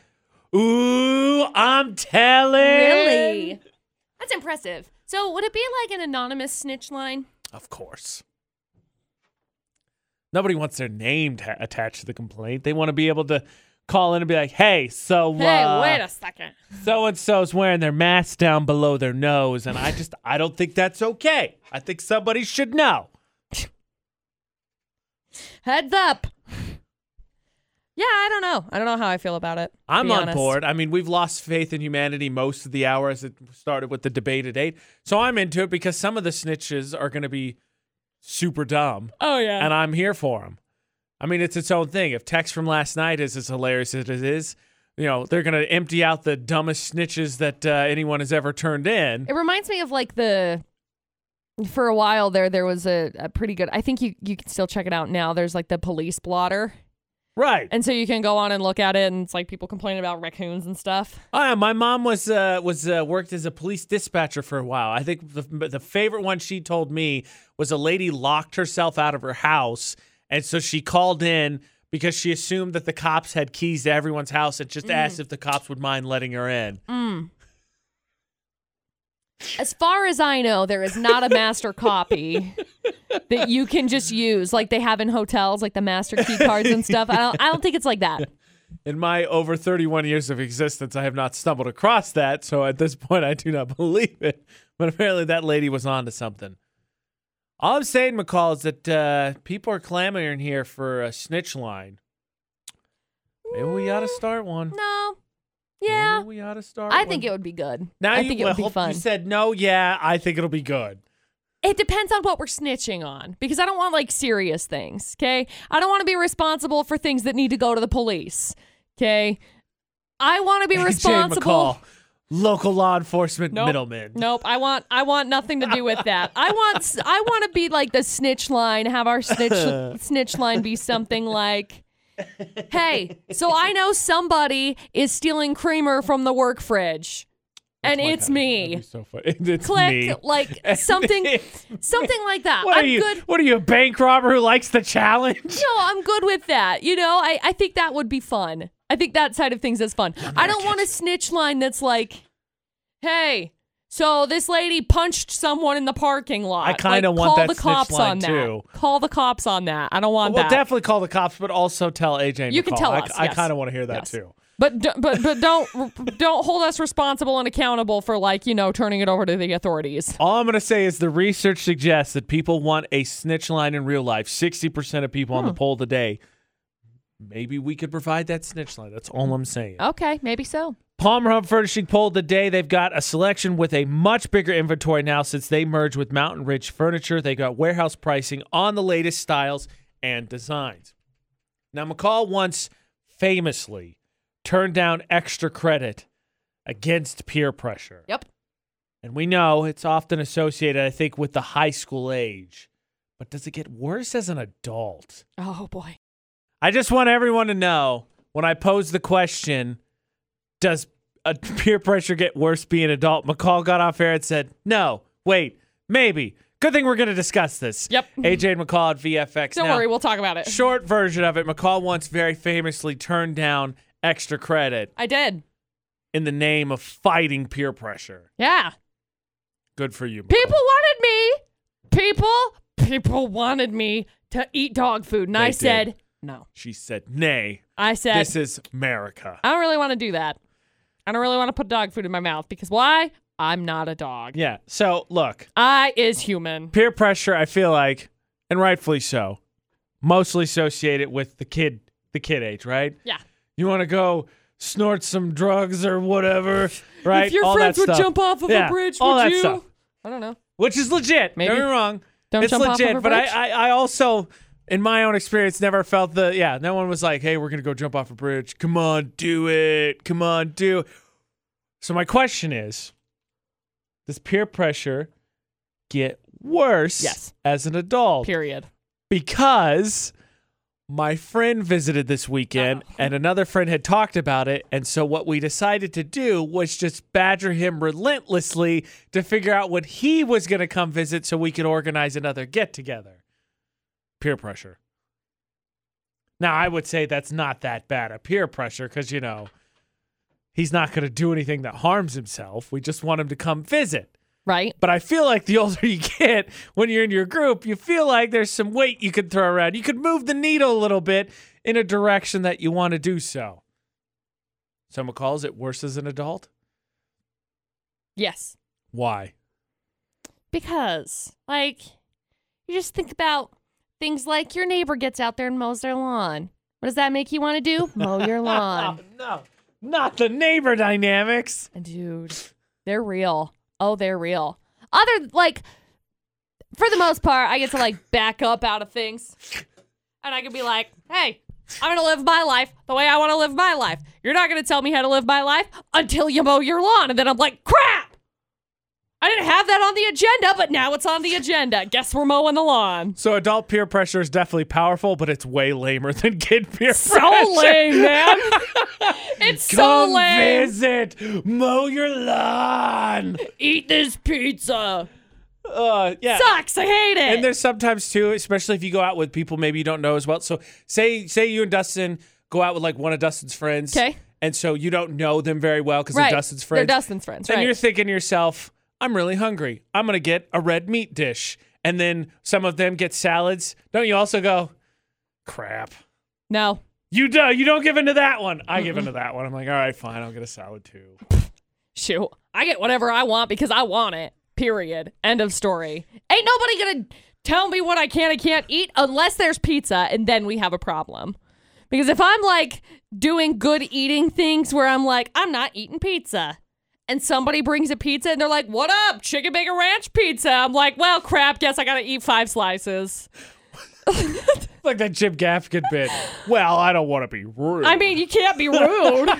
Speaker 1: Ooh, I'm telling.
Speaker 2: Really? That's impressive. So would it be like an anonymous snitch line?
Speaker 1: Of course. Nobody wants their name ta- attached to the complaint. They want to be able to call in and be like, hey, so. uh,
Speaker 2: hey, wait a second.
Speaker 1: so and so's wearing their mask down below their nose, and I just I don't think that's okay. I think somebody should know.
Speaker 2: Heads up. Yeah, I don't know. I don't know how I feel about it. to
Speaker 1: I'm
Speaker 2: be
Speaker 1: on
Speaker 2: honest.
Speaker 1: board. I mean, we've lost faith in humanity most of the hour as it started with the debate at eight. So I'm into it because some of the snitches are going to be super dumb,
Speaker 2: Oh yeah.
Speaker 1: and I'm here for them. I mean, it's its own thing. If text from last night is as hilarious as it is, you know, they're going to empty out the dumbest snitches that uh, anyone has ever turned in.
Speaker 2: It reminds me of like the for a while there there was a, a pretty good I think you you can still check it out now. There's like the police blotter.
Speaker 1: Right.
Speaker 2: And so you can go on and look at it and it's like people complaining about raccoons and stuff.
Speaker 1: Oh, yeah, my mom was uh, was uh, worked as a police dispatcher for a while. I think the the favorite one she told me was a lady locked herself out of her house, and so she called in because she assumed that the cops had keys to everyone's house, and just asked if the cops would mind letting her in.
Speaker 2: As far as I know, there is not a
Speaker 1: [laughs]
Speaker 2: master copy that you can just use like they have in hotels like the master key cards and stuff. I don't I don't think it's like that.
Speaker 1: In my over thirty one years of existence, I have not stumbled across that, so at this point, I do not [laughs] believe it. But apparently, that lady was onto something. All I'm saying, McCall, is that uh, people are clamoring here for a snitch line. Maybe we ought to start one.
Speaker 2: No. Mm, Yeah.
Speaker 1: Maybe we ought to start.
Speaker 2: I think it
Speaker 1: one.
Speaker 2: would be good.
Speaker 1: Now
Speaker 2: I
Speaker 1: you,
Speaker 2: think it would be
Speaker 1: well,
Speaker 2: fun.
Speaker 1: You said no. Yeah, I think it'll be good.
Speaker 2: It depends on what we're snitching on because I don't want like serious things, okay? I don't want to be responsible for things that need to go to the police, okay? I want
Speaker 1: [laughs]
Speaker 2: to be
Speaker 1: Jane
Speaker 2: [laughs] responsible.
Speaker 1: McCall, local law enforcement
Speaker 2: Nope.
Speaker 1: middleman.
Speaker 2: Nope, I want I want nothing to do with that. I want s- I want to be like the snitch line, have
Speaker 1: [laughs]
Speaker 2: our snitch snitch line be something like Hey,
Speaker 1: [laughs]
Speaker 2: so I know somebody is stealing creamer from the work fridge. And
Speaker 1: Oh
Speaker 2: it's me.
Speaker 1: so funny. [laughs] It's
Speaker 2: Click
Speaker 1: me.
Speaker 2: [laughs]
Speaker 1: [laughs]
Speaker 2: like something
Speaker 1: It's-
Speaker 2: something like that.
Speaker 1: what
Speaker 2: I'm
Speaker 1: are you?
Speaker 2: good.
Speaker 1: What are you, a bank robber who likes the
Speaker 2: [laughs]
Speaker 1: challenge?
Speaker 2: No, I'm good with that. You know, I, I think that would be fun. I think that side of things is fun. I don't want a snitch line that's like, hey, so this lady punched someone in the parking lot.
Speaker 1: I kinda
Speaker 2: Like,
Speaker 1: want
Speaker 2: call
Speaker 1: that
Speaker 2: the
Speaker 1: snitch
Speaker 2: cops
Speaker 1: line,
Speaker 2: on that.
Speaker 1: too.
Speaker 2: Call the cops on that. I don't want
Speaker 1: Well,
Speaker 2: that.
Speaker 1: definitely call the cops, but also tell AJ. and
Speaker 2: You can
Speaker 1: McCall.
Speaker 2: tell
Speaker 1: I,
Speaker 2: us,
Speaker 1: I
Speaker 2: yes.
Speaker 1: kind of want to hear that
Speaker 2: Yes.
Speaker 1: too.
Speaker 2: but d- but but don't don't hold us responsible and accountable for like you know turning it over to the authorities.
Speaker 1: All I'm going to say is the research suggests that people want a snitch line in real life. 60% of people on the poll today. Maybe we could provide that snitch line. That's all I'm saying.
Speaker 2: Okay, maybe so.
Speaker 1: Palmer Home Furnishing poll today. They've got a selection with a much bigger inventory now since they merged with Mountain Ridge Furniture. They got warehouse pricing on the latest styles and designs. Now, McCall once famously turned down extra credit against peer pressure.
Speaker 2: Yep.
Speaker 1: And we know it's often associated, I think, with the high school age. But does it get worse as an adult?
Speaker 2: Oh boy.
Speaker 1: I just want everyone to know when I pose the question Does uh, [laughs] peer pressure get worse being adult? McCall got off air and said, no, wait, maybe. Good thing we're going to discuss this.
Speaker 2: Yep.
Speaker 1: AJ and McCall at VFX.
Speaker 2: Don't
Speaker 1: Now,
Speaker 2: worry, we'll talk about it.
Speaker 1: Short version of it McCall once very famously turned down extra credit
Speaker 2: I did.
Speaker 1: in the name of fighting peer pressure.
Speaker 2: Yeah.
Speaker 1: Good for you. McCall.
Speaker 2: People wanted me. People, people wanted me to eat dog food. And I
Speaker 1: They did.
Speaker 2: said, no.
Speaker 1: She said, nay,
Speaker 2: I said,
Speaker 1: this is America.
Speaker 2: I don't really want to do that. I don't really want to put dog food in my mouth because why? I'm not a dog.
Speaker 1: Yeah. So look,
Speaker 2: I is human.
Speaker 1: peer pressure, I feel like, and rightfully so, mostly associated with the kid, the kid age, right?
Speaker 2: Yeah.
Speaker 1: You want to go snort some drugs or whatever, right?
Speaker 2: If your
Speaker 1: All
Speaker 2: friends
Speaker 1: that
Speaker 2: would
Speaker 1: stuff.
Speaker 2: jump off of
Speaker 1: Yeah,
Speaker 2: a bridge,
Speaker 1: all
Speaker 2: would
Speaker 1: that
Speaker 2: you?
Speaker 1: stuff,
Speaker 2: I don't know.
Speaker 1: which is legit.
Speaker 2: Maybe.
Speaker 1: Don't get me wrong.
Speaker 2: Don't
Speaker 1: it's
Speaker 2: jump off of
Speaker 1: legit,
Speaker 2: a
Speaker 1: but I,
Speaker 2: bridge?
Speaker 1: I, I also. In my own experience, never felt the yeah. No one was like, "Hey, we're gonna go jump off a bridge. Come on, do it. Come on, do." it." So my question is, does peer pressure get worse
Speaker 2: Yes.
Speaker 1: as an adult?
Speaker 2: Period.
Speaker 1: because my friend visited this weekend and another friend had talked about it. And so, what we decided to do was just badger him relentlessly to figure out when he was going to come visit so we could organize another get together. Peer pressure. Now, I would say that's not that bad a peer pressure because, you know, he's not going to do anything that harms himself. We just want him to come visit.
Speaker 2: Right?
Speaker 1: But I feel like the older [laughs] you get, when you're in your group, you feel like there's some weight you could throw around. You could move the needle a little bit in a direction that you want to do so. Someone calls it worse as an adult.
Speaker 2: Yes.
Speaker 1: Why?
Speaker 2: Because, like, you just think about things like your neighbor gets out there and mows their lawn. What does that make you want to do?
Speaker 1: [laughs]
Speaker 2: Mow your lawn.
Speaker 1: no, not the neighbor dynamics.
Speaker 2: And Dude, they're real. Oh, they're real. Other, like, for the most part, I get to, like, back up out of things. And I can be like, hey, I'm going to live my life the way I want to live my life. You're not going to tell me how to live my life until you mow your lawn. And then I'm like, crap. I didn't have that on the agenda, but now it's on the agenda. Guess we're mowing the lawn.
Speaker 1: So adult peer pressure is definitely powerful, but it's way lamer than kid peer pressure.
Speaker 2: So lame, man. it's so
Speaker 1: [laughs] Come
Speaker 2: lame.
Speaker 1: visit, mow your lawn.
Speaker 2: Eat this pizza.
Speaker 1: Uh, yeah.
Speaker 2: Sucks. I hate it.
Speaker 1: And there's sometimes too, especially if you go out with people maybe you don't know as well. So say say you and Dustin go out with like one of Dustin's friends.
Speaker 2: 'Kay.
Speaker 1: And so you don't know them very well because
Speaker 2: right.
Speaker 1: they're Dustin's friends.
Speaker 2: They're Dustin's friends,
Speaker 1: And
Speaker 2: right?
Speaker 1: you're thinking to yourself, I'm really hungry. I'm gonna get a red meat dish. And then some of them get salads. Don't you also go, crap.
Speaker 2: no.
Speaker 1: You do you don't give into that one. I give into that one. I'm like, all right, fine, I'll get a salad too.
Speaker 2: Shoot. I get whatever I want because I want it. Period. End of story. Ain't nobody gonna tell me what I can and can't eat unless there's pizza, and then we have a problem. Because if I'm like doing good eating things where I'm like, I'm not eating pizza, and somebody brings a pizza and they're like, What up? Chicken Bacon Ranch pizza. I'm like, Well, crap. Guess I gotta eat five slices.
Speaker 1: Like that Jim Gaffigan
Speaker 2: [laughs]
Speaker 1: bit. Well, I don't want to be rude.
Speaker 2: I mean, you can't be rude.
Speaker 1: [laughs]
Speaker 2: I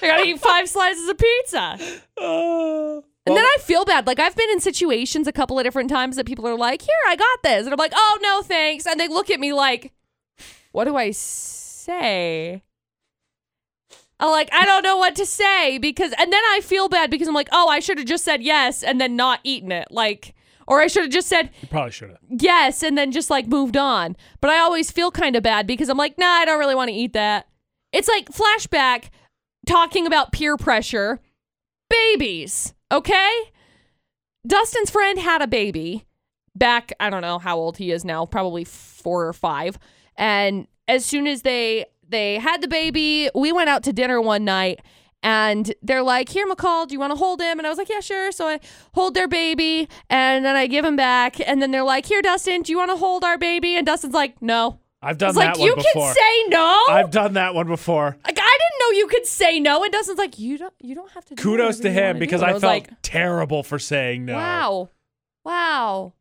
Speaker 2: gotta eat five slices of pizza.
Speaker 1: Uh,
Speaker 2: And then I feel bad. Like I've been in situations a couple of different times that people are like, "Here, I got this," and I'm like, "Oh no, thanks." And they look at me like, "What do I say?" I'm like, "I don't know what to say," because and then I feel bad because I'm like, "Oh, I should have just said yes and then not eaten it," like, or I should have just said
Speaker 1: you probably should have.
Speaker 2: yes and then just like moved on. But I always feel kind of bad because I'm like, nah, I don't really want to eat that. It's like flashback talking about peer pressure. Babies, okay? Dustin's friend had a baby back, I don't know how old he is now, probably four or five. And as soon as they they had the baby, we went out to dinner one night and they're like, Here, McCall, do you want to hold him? And I was like, Yeah, sure. So I hold their baby and then I give him back. And then they're like, Here, Dustin, do you want to hold our baby? And Dustin's like, No.
Speaker 1: I've
Speaker 2: I
Speaker 1: done
Speaker 2: was
Speaker 1: that
Speaker 2: like,
Speaker 1: one
Speaker 2: You
Speaker 1: before.
Speaker 2: can say no.
Speaker 1: I've done that one before.
Speaker 2: like Oh. I didn't know you could say no. And Dustin's like, You don't you don't have to do
Speaker 1: Kudos
Speaker 2: whatever
Speaker 1: to
Speaker 2: you
Speaker 1: him
Speaker 2: wanna do."
Speaker 1: because
Speaker 2: And
Speaker 1: I,
Speaker 2: was
Speaker 1: felt
Speaker 2: like,
Speaker 1: terrible for saying no.
Speaker 2: Wow. Wow.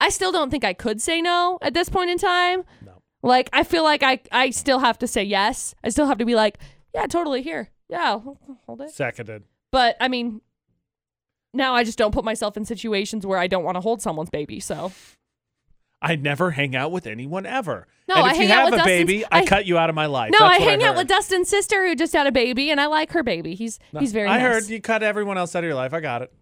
Speaker 2: I still don't think I could say no at this point in time. No. Like I feel like I I still have to say yes. I still have to be like, yeah, totally here. Yeah, I'll- I'll hold it.
Speaker 1: Seconded.
Speaker 2: But I mean now I just don't put myself in situations where I don't want to hold someone's baby. So
Speaker 1: I never hang out with anyone ever.
Speaker 2: No,
Speaker 1: and
Speaker 2: I
Speaker 1: if
Speaker 2: hang
Speaker 1: you
Speaker 2: out
Speaker 1: have
Speaker 2: with
Speaker 1: a
Speaker 2: Dustin's-
Speaker 1: baby, I,
Speaker 2: I-
Speaker 1: cut you out of my life.
Speaker 2: No,
Speaker 1: That's
Speaker 2: I
Speaker 1: what
Speaker 2: hang out
Speaker 1: heard.
Speaker 2: with Dustin's sister who just had a baby, and I like her baby. He's
Speaker 1: No,
Speaker 2: he's very.
Speaker 1: I
Speaker 2: nice.
Speaker 1: heard you cut everyone else out of your life. I got it.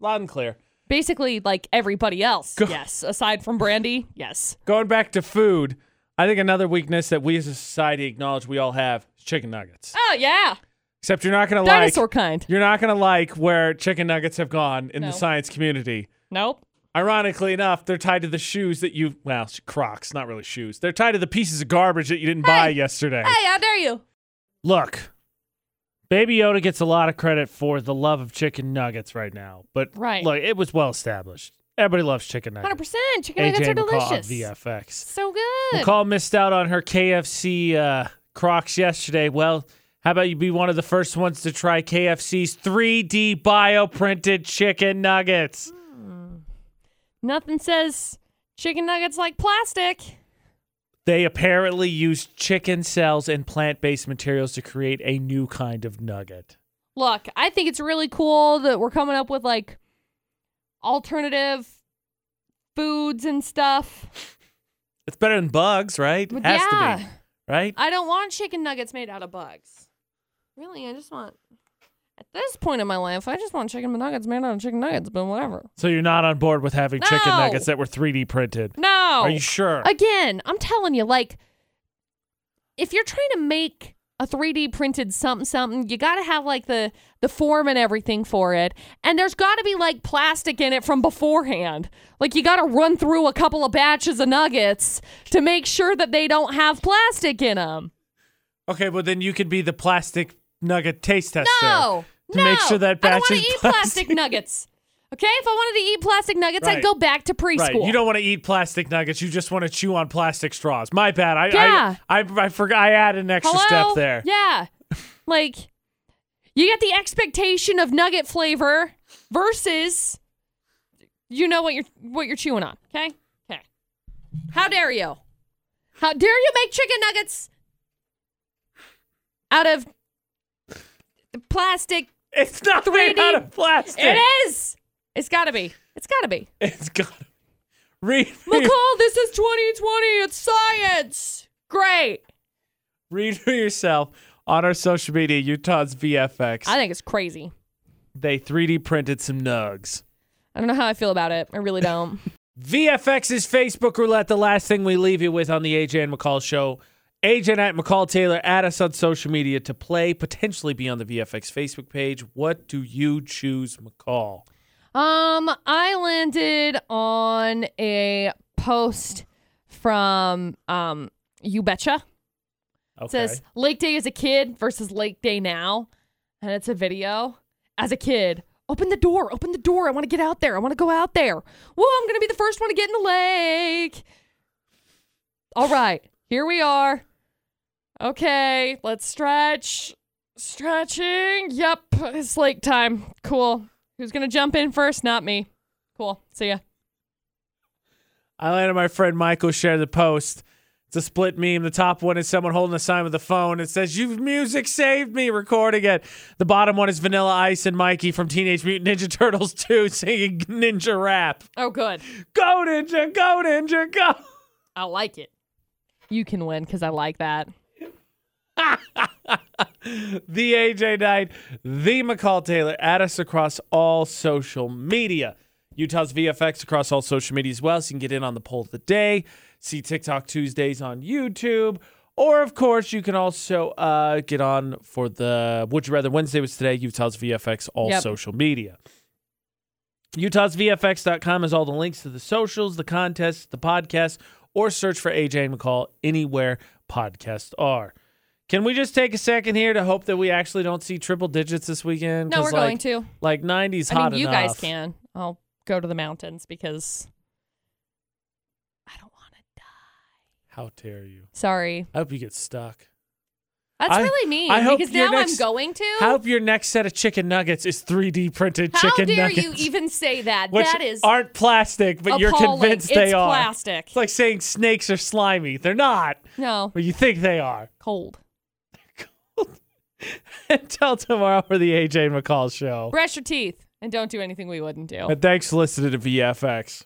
Speaker 1: Loud and clear.
Speaker 2: Basically, like everybody else. Yes, aside from Brandy.
Speaker 1: [laughs]
Speaker 2: Yes.
Speaker 1: Going back to food, I think another weakness that we as a society acknowledge we all have is chicken nuggets.
Speaker 2: Oh yeah.
Speaker 1: Except you're not going to like
Speaker 2: Dinosaur kind.
Speaker 1: You're not going to like where chicken nuggets have gone in
Speaker 2: No.
Speaker 1: the science community.
Speaker 2: Nope.
Speaker 1: Ironically enough, they're tied to the shoes that you well, Crocs, not really shoes. They're tied to the pieces of garbage that you didn't buy yesterday.
Speaker 2: Hey, how dare you?
Speaker 1: Look, Baby Yoda gets a lot of credit for the love of chicken nuggets right now, but
Speaker 2: Right.
Speaker 1: look, it was well established. Everybody loves chicken nuggets.
Speaker 2: Hundred percent. Chicken nuggets
Speaker 1: AJ
Speaker 2: are
Speaker 1: McCall on
Speaker 2: delicious.
Speaker 1: VFX.
Speaker 2: So good.
Speaker 1: McCall missed out on her KFC uh, Crocs yesterday. Well, how about you be one of the first ones to try KFC's 3D bioprinted chicken nuggets?
Speaker 2: Nothing says chicken nuggets like plastic.
Speaker 1: They apparently used chicken cells and plant based materials to create a new kind of nugget.
Speaker 2: Look, I think it's really cool that we're coming up with like alternative foods and stuff.
Speaker 1: It's better than bugs, right?
Speaker 2: But
Speaker 1: Has to
Speaker 2: yeah.
Speaker 1: be, right?
Speaker 2: I don't want chicken nuggets made out of bugs. Really, I just want. At this point in my life, I just want chicken nuggets made out of chicken nuggets, but whatever.
Speaker 1: So you're not on board with having chicken
Speaker 2: No.
Speaker 1: nuggets that were 3D printed?
Speaker 2: No.
Speaker 1: Are you sure?
Speaker 2: [laughs] Again, I'm telling you, like, if you're trying to make a 3D printed something something, you gotta have like the the form and everything for it, and there's gotta be like plastic in it from beforehand. Like you gotta run through a couple of batches of nuggets to make sure that they don't have plastic in them.
Speaker 1: Okay, well then you could be the plastic nugget taste tester.
Speaker 2: No,
Speaker 1: To make
Speaker 2: no,
Speaker 1: sure that
Speaker 2: I don't
Speaker 1: batch
Speaker 2: want
Speaker 1: is
Speaker 2: to eat
Speaker 1: [laughs] plastic.
Speaker 2: plastic nuggets. Okay, if I wanted to eat plastic nuggets, I'd
Speaker 1: Right.
Speaker 2: go back to preschool.
Speaker 1: Right. You don't want to eat plastic nuggets. You just want to chew on plastic straws. My bad. I
Speaker 2: Yeah.
Speaker 1: I, I, I forgot. I added an extra
Speaker 2: Hello?
Speaker 1: step there.
Speaker 2: Yeah. like you get the expectation of nugget flavor versus you know what you're what you're chewing on, okay? Okay. How dare you? How dare you make chicken nuggets out of the plastic?
Speaker 1: It's not 3D. made out of plastic.
Speaker 2: It is. It's got to be. It's got to be.
Speaker 1: It's got to read read,
Speaker 2: [laughs] McCall, this is 2020. It's science. Great.
Speaker 1: read for yourself on our social media. Utah's VFX.
Speaker 2: I think it's crazy.
Speaker 1: they 3D printed some nugs.
Speaker 2: I don't know how I feel about it. I really don't.
Speaker 1: VFX's Facebook roulette, the last thing we leave you with on the AJ and McCall show. AJ at McCall Taylor, add us on social media to play, potentially be on the VFX Facebook page. What do you choose, McCall?
Speaker 2: Um, I landed on a post from um You Betcha.
Speaker 1: Okay.
Speaker 2: It says Lake Day as a kid versus Lake Day now. And it's a video. As a kid, open the door, open the door. I want to get out there. I want to go out there. Whoa, I'm gonna be the first one to get in the lake. All right, here we are. Okay, let's stretch. Stretching. Yep, it's lake time. Cool. Who's gonna jump in first? Not me. Cool. See ya.
Speaker 1: I landed my friend Michael share the post. It's a split meme. The top one is someone holding a sign with a phone. It says, You've music saved me, recording it. The bottom one is Vanilla Ice and Mikey from Teenage Mutant Ninja Turtles 2 [laughs] singing ninja rap.
Speaker 2: Oh, good.
Speaker 1: Go, Ninja, go, Ninja, go.
Speaker 2: I like it. You can win because I like that.
Speaker 1: the AJ Knight, the McCall Taylor. Add us across all social media. Utah's VFX across all social media as well. So you can get in on the poll of the day, see TikTok Tuesdays on YouTube. Or, of course, you can also uh, get on for the Would You Rather Wednesday was today, Utah's VFX, all
Speaker 2: Yep.
Speaker 1: social media. UtahsVFX.com is all the links to the socials, the contests, the podcast, or search for AJ and McCall anywhere podcasts are. Can we just take a second here to hope that we actually don't see triple digits this weekend?
Speaker 2: No,
Speaker 1: 'Cause,
Speaker 2: we're
Speaker 1: like,
Speaker 2: going to.
Speaker 1: Like 90s
Speaker 2: I
Speaker 1: hot
Speaker 2: mean, you
Speaker 1: enough.
Speaker 2: guys can. I'll go to the mountains because I don't want to.
Speaker 1: How dare you?
Speaker 2: Sorry.
Speaker 1: I hope you get stuck.
Speaker 2: That's
Speaker 1: I-
Speaker 2: really mean
Speaker 1: I hope
Speaker 2: because
Speaker 1: your
Speaker 2: now I'm
Speaker 1: next-
Speaker 2: going to.
Speaker 1: I hope your next set of chicken nuggets is 3D printed
Speaker 2: How
Speaker 1: chicken
Speaker 2: dare
Speaker 1: nuggets.
Speaker 2: you even say
Speaker 1: [laughs]
Speaker 2: that?
Speaker 1: which
Speaker 2: that is
Speaker 1: aren't plastic, but you're
Speaker 2: appalling.
Speaker 1: convinced they
Speaker 2: It's
Speaker 1: are.
Speaker 2: plastic.
Speaker 1: It's like saying snakes are slimy. They're not,
Speaker 2: no
Speaker 1: but you think they are.
Speaker 2: cold.
Speaker 1: [laughs] Until tomorrow for the AJ and McCall show.
Speaker 2: Brush your teeth and don't do anything we wouldn't do.
Speaker 1: And thanks for listening to VFX.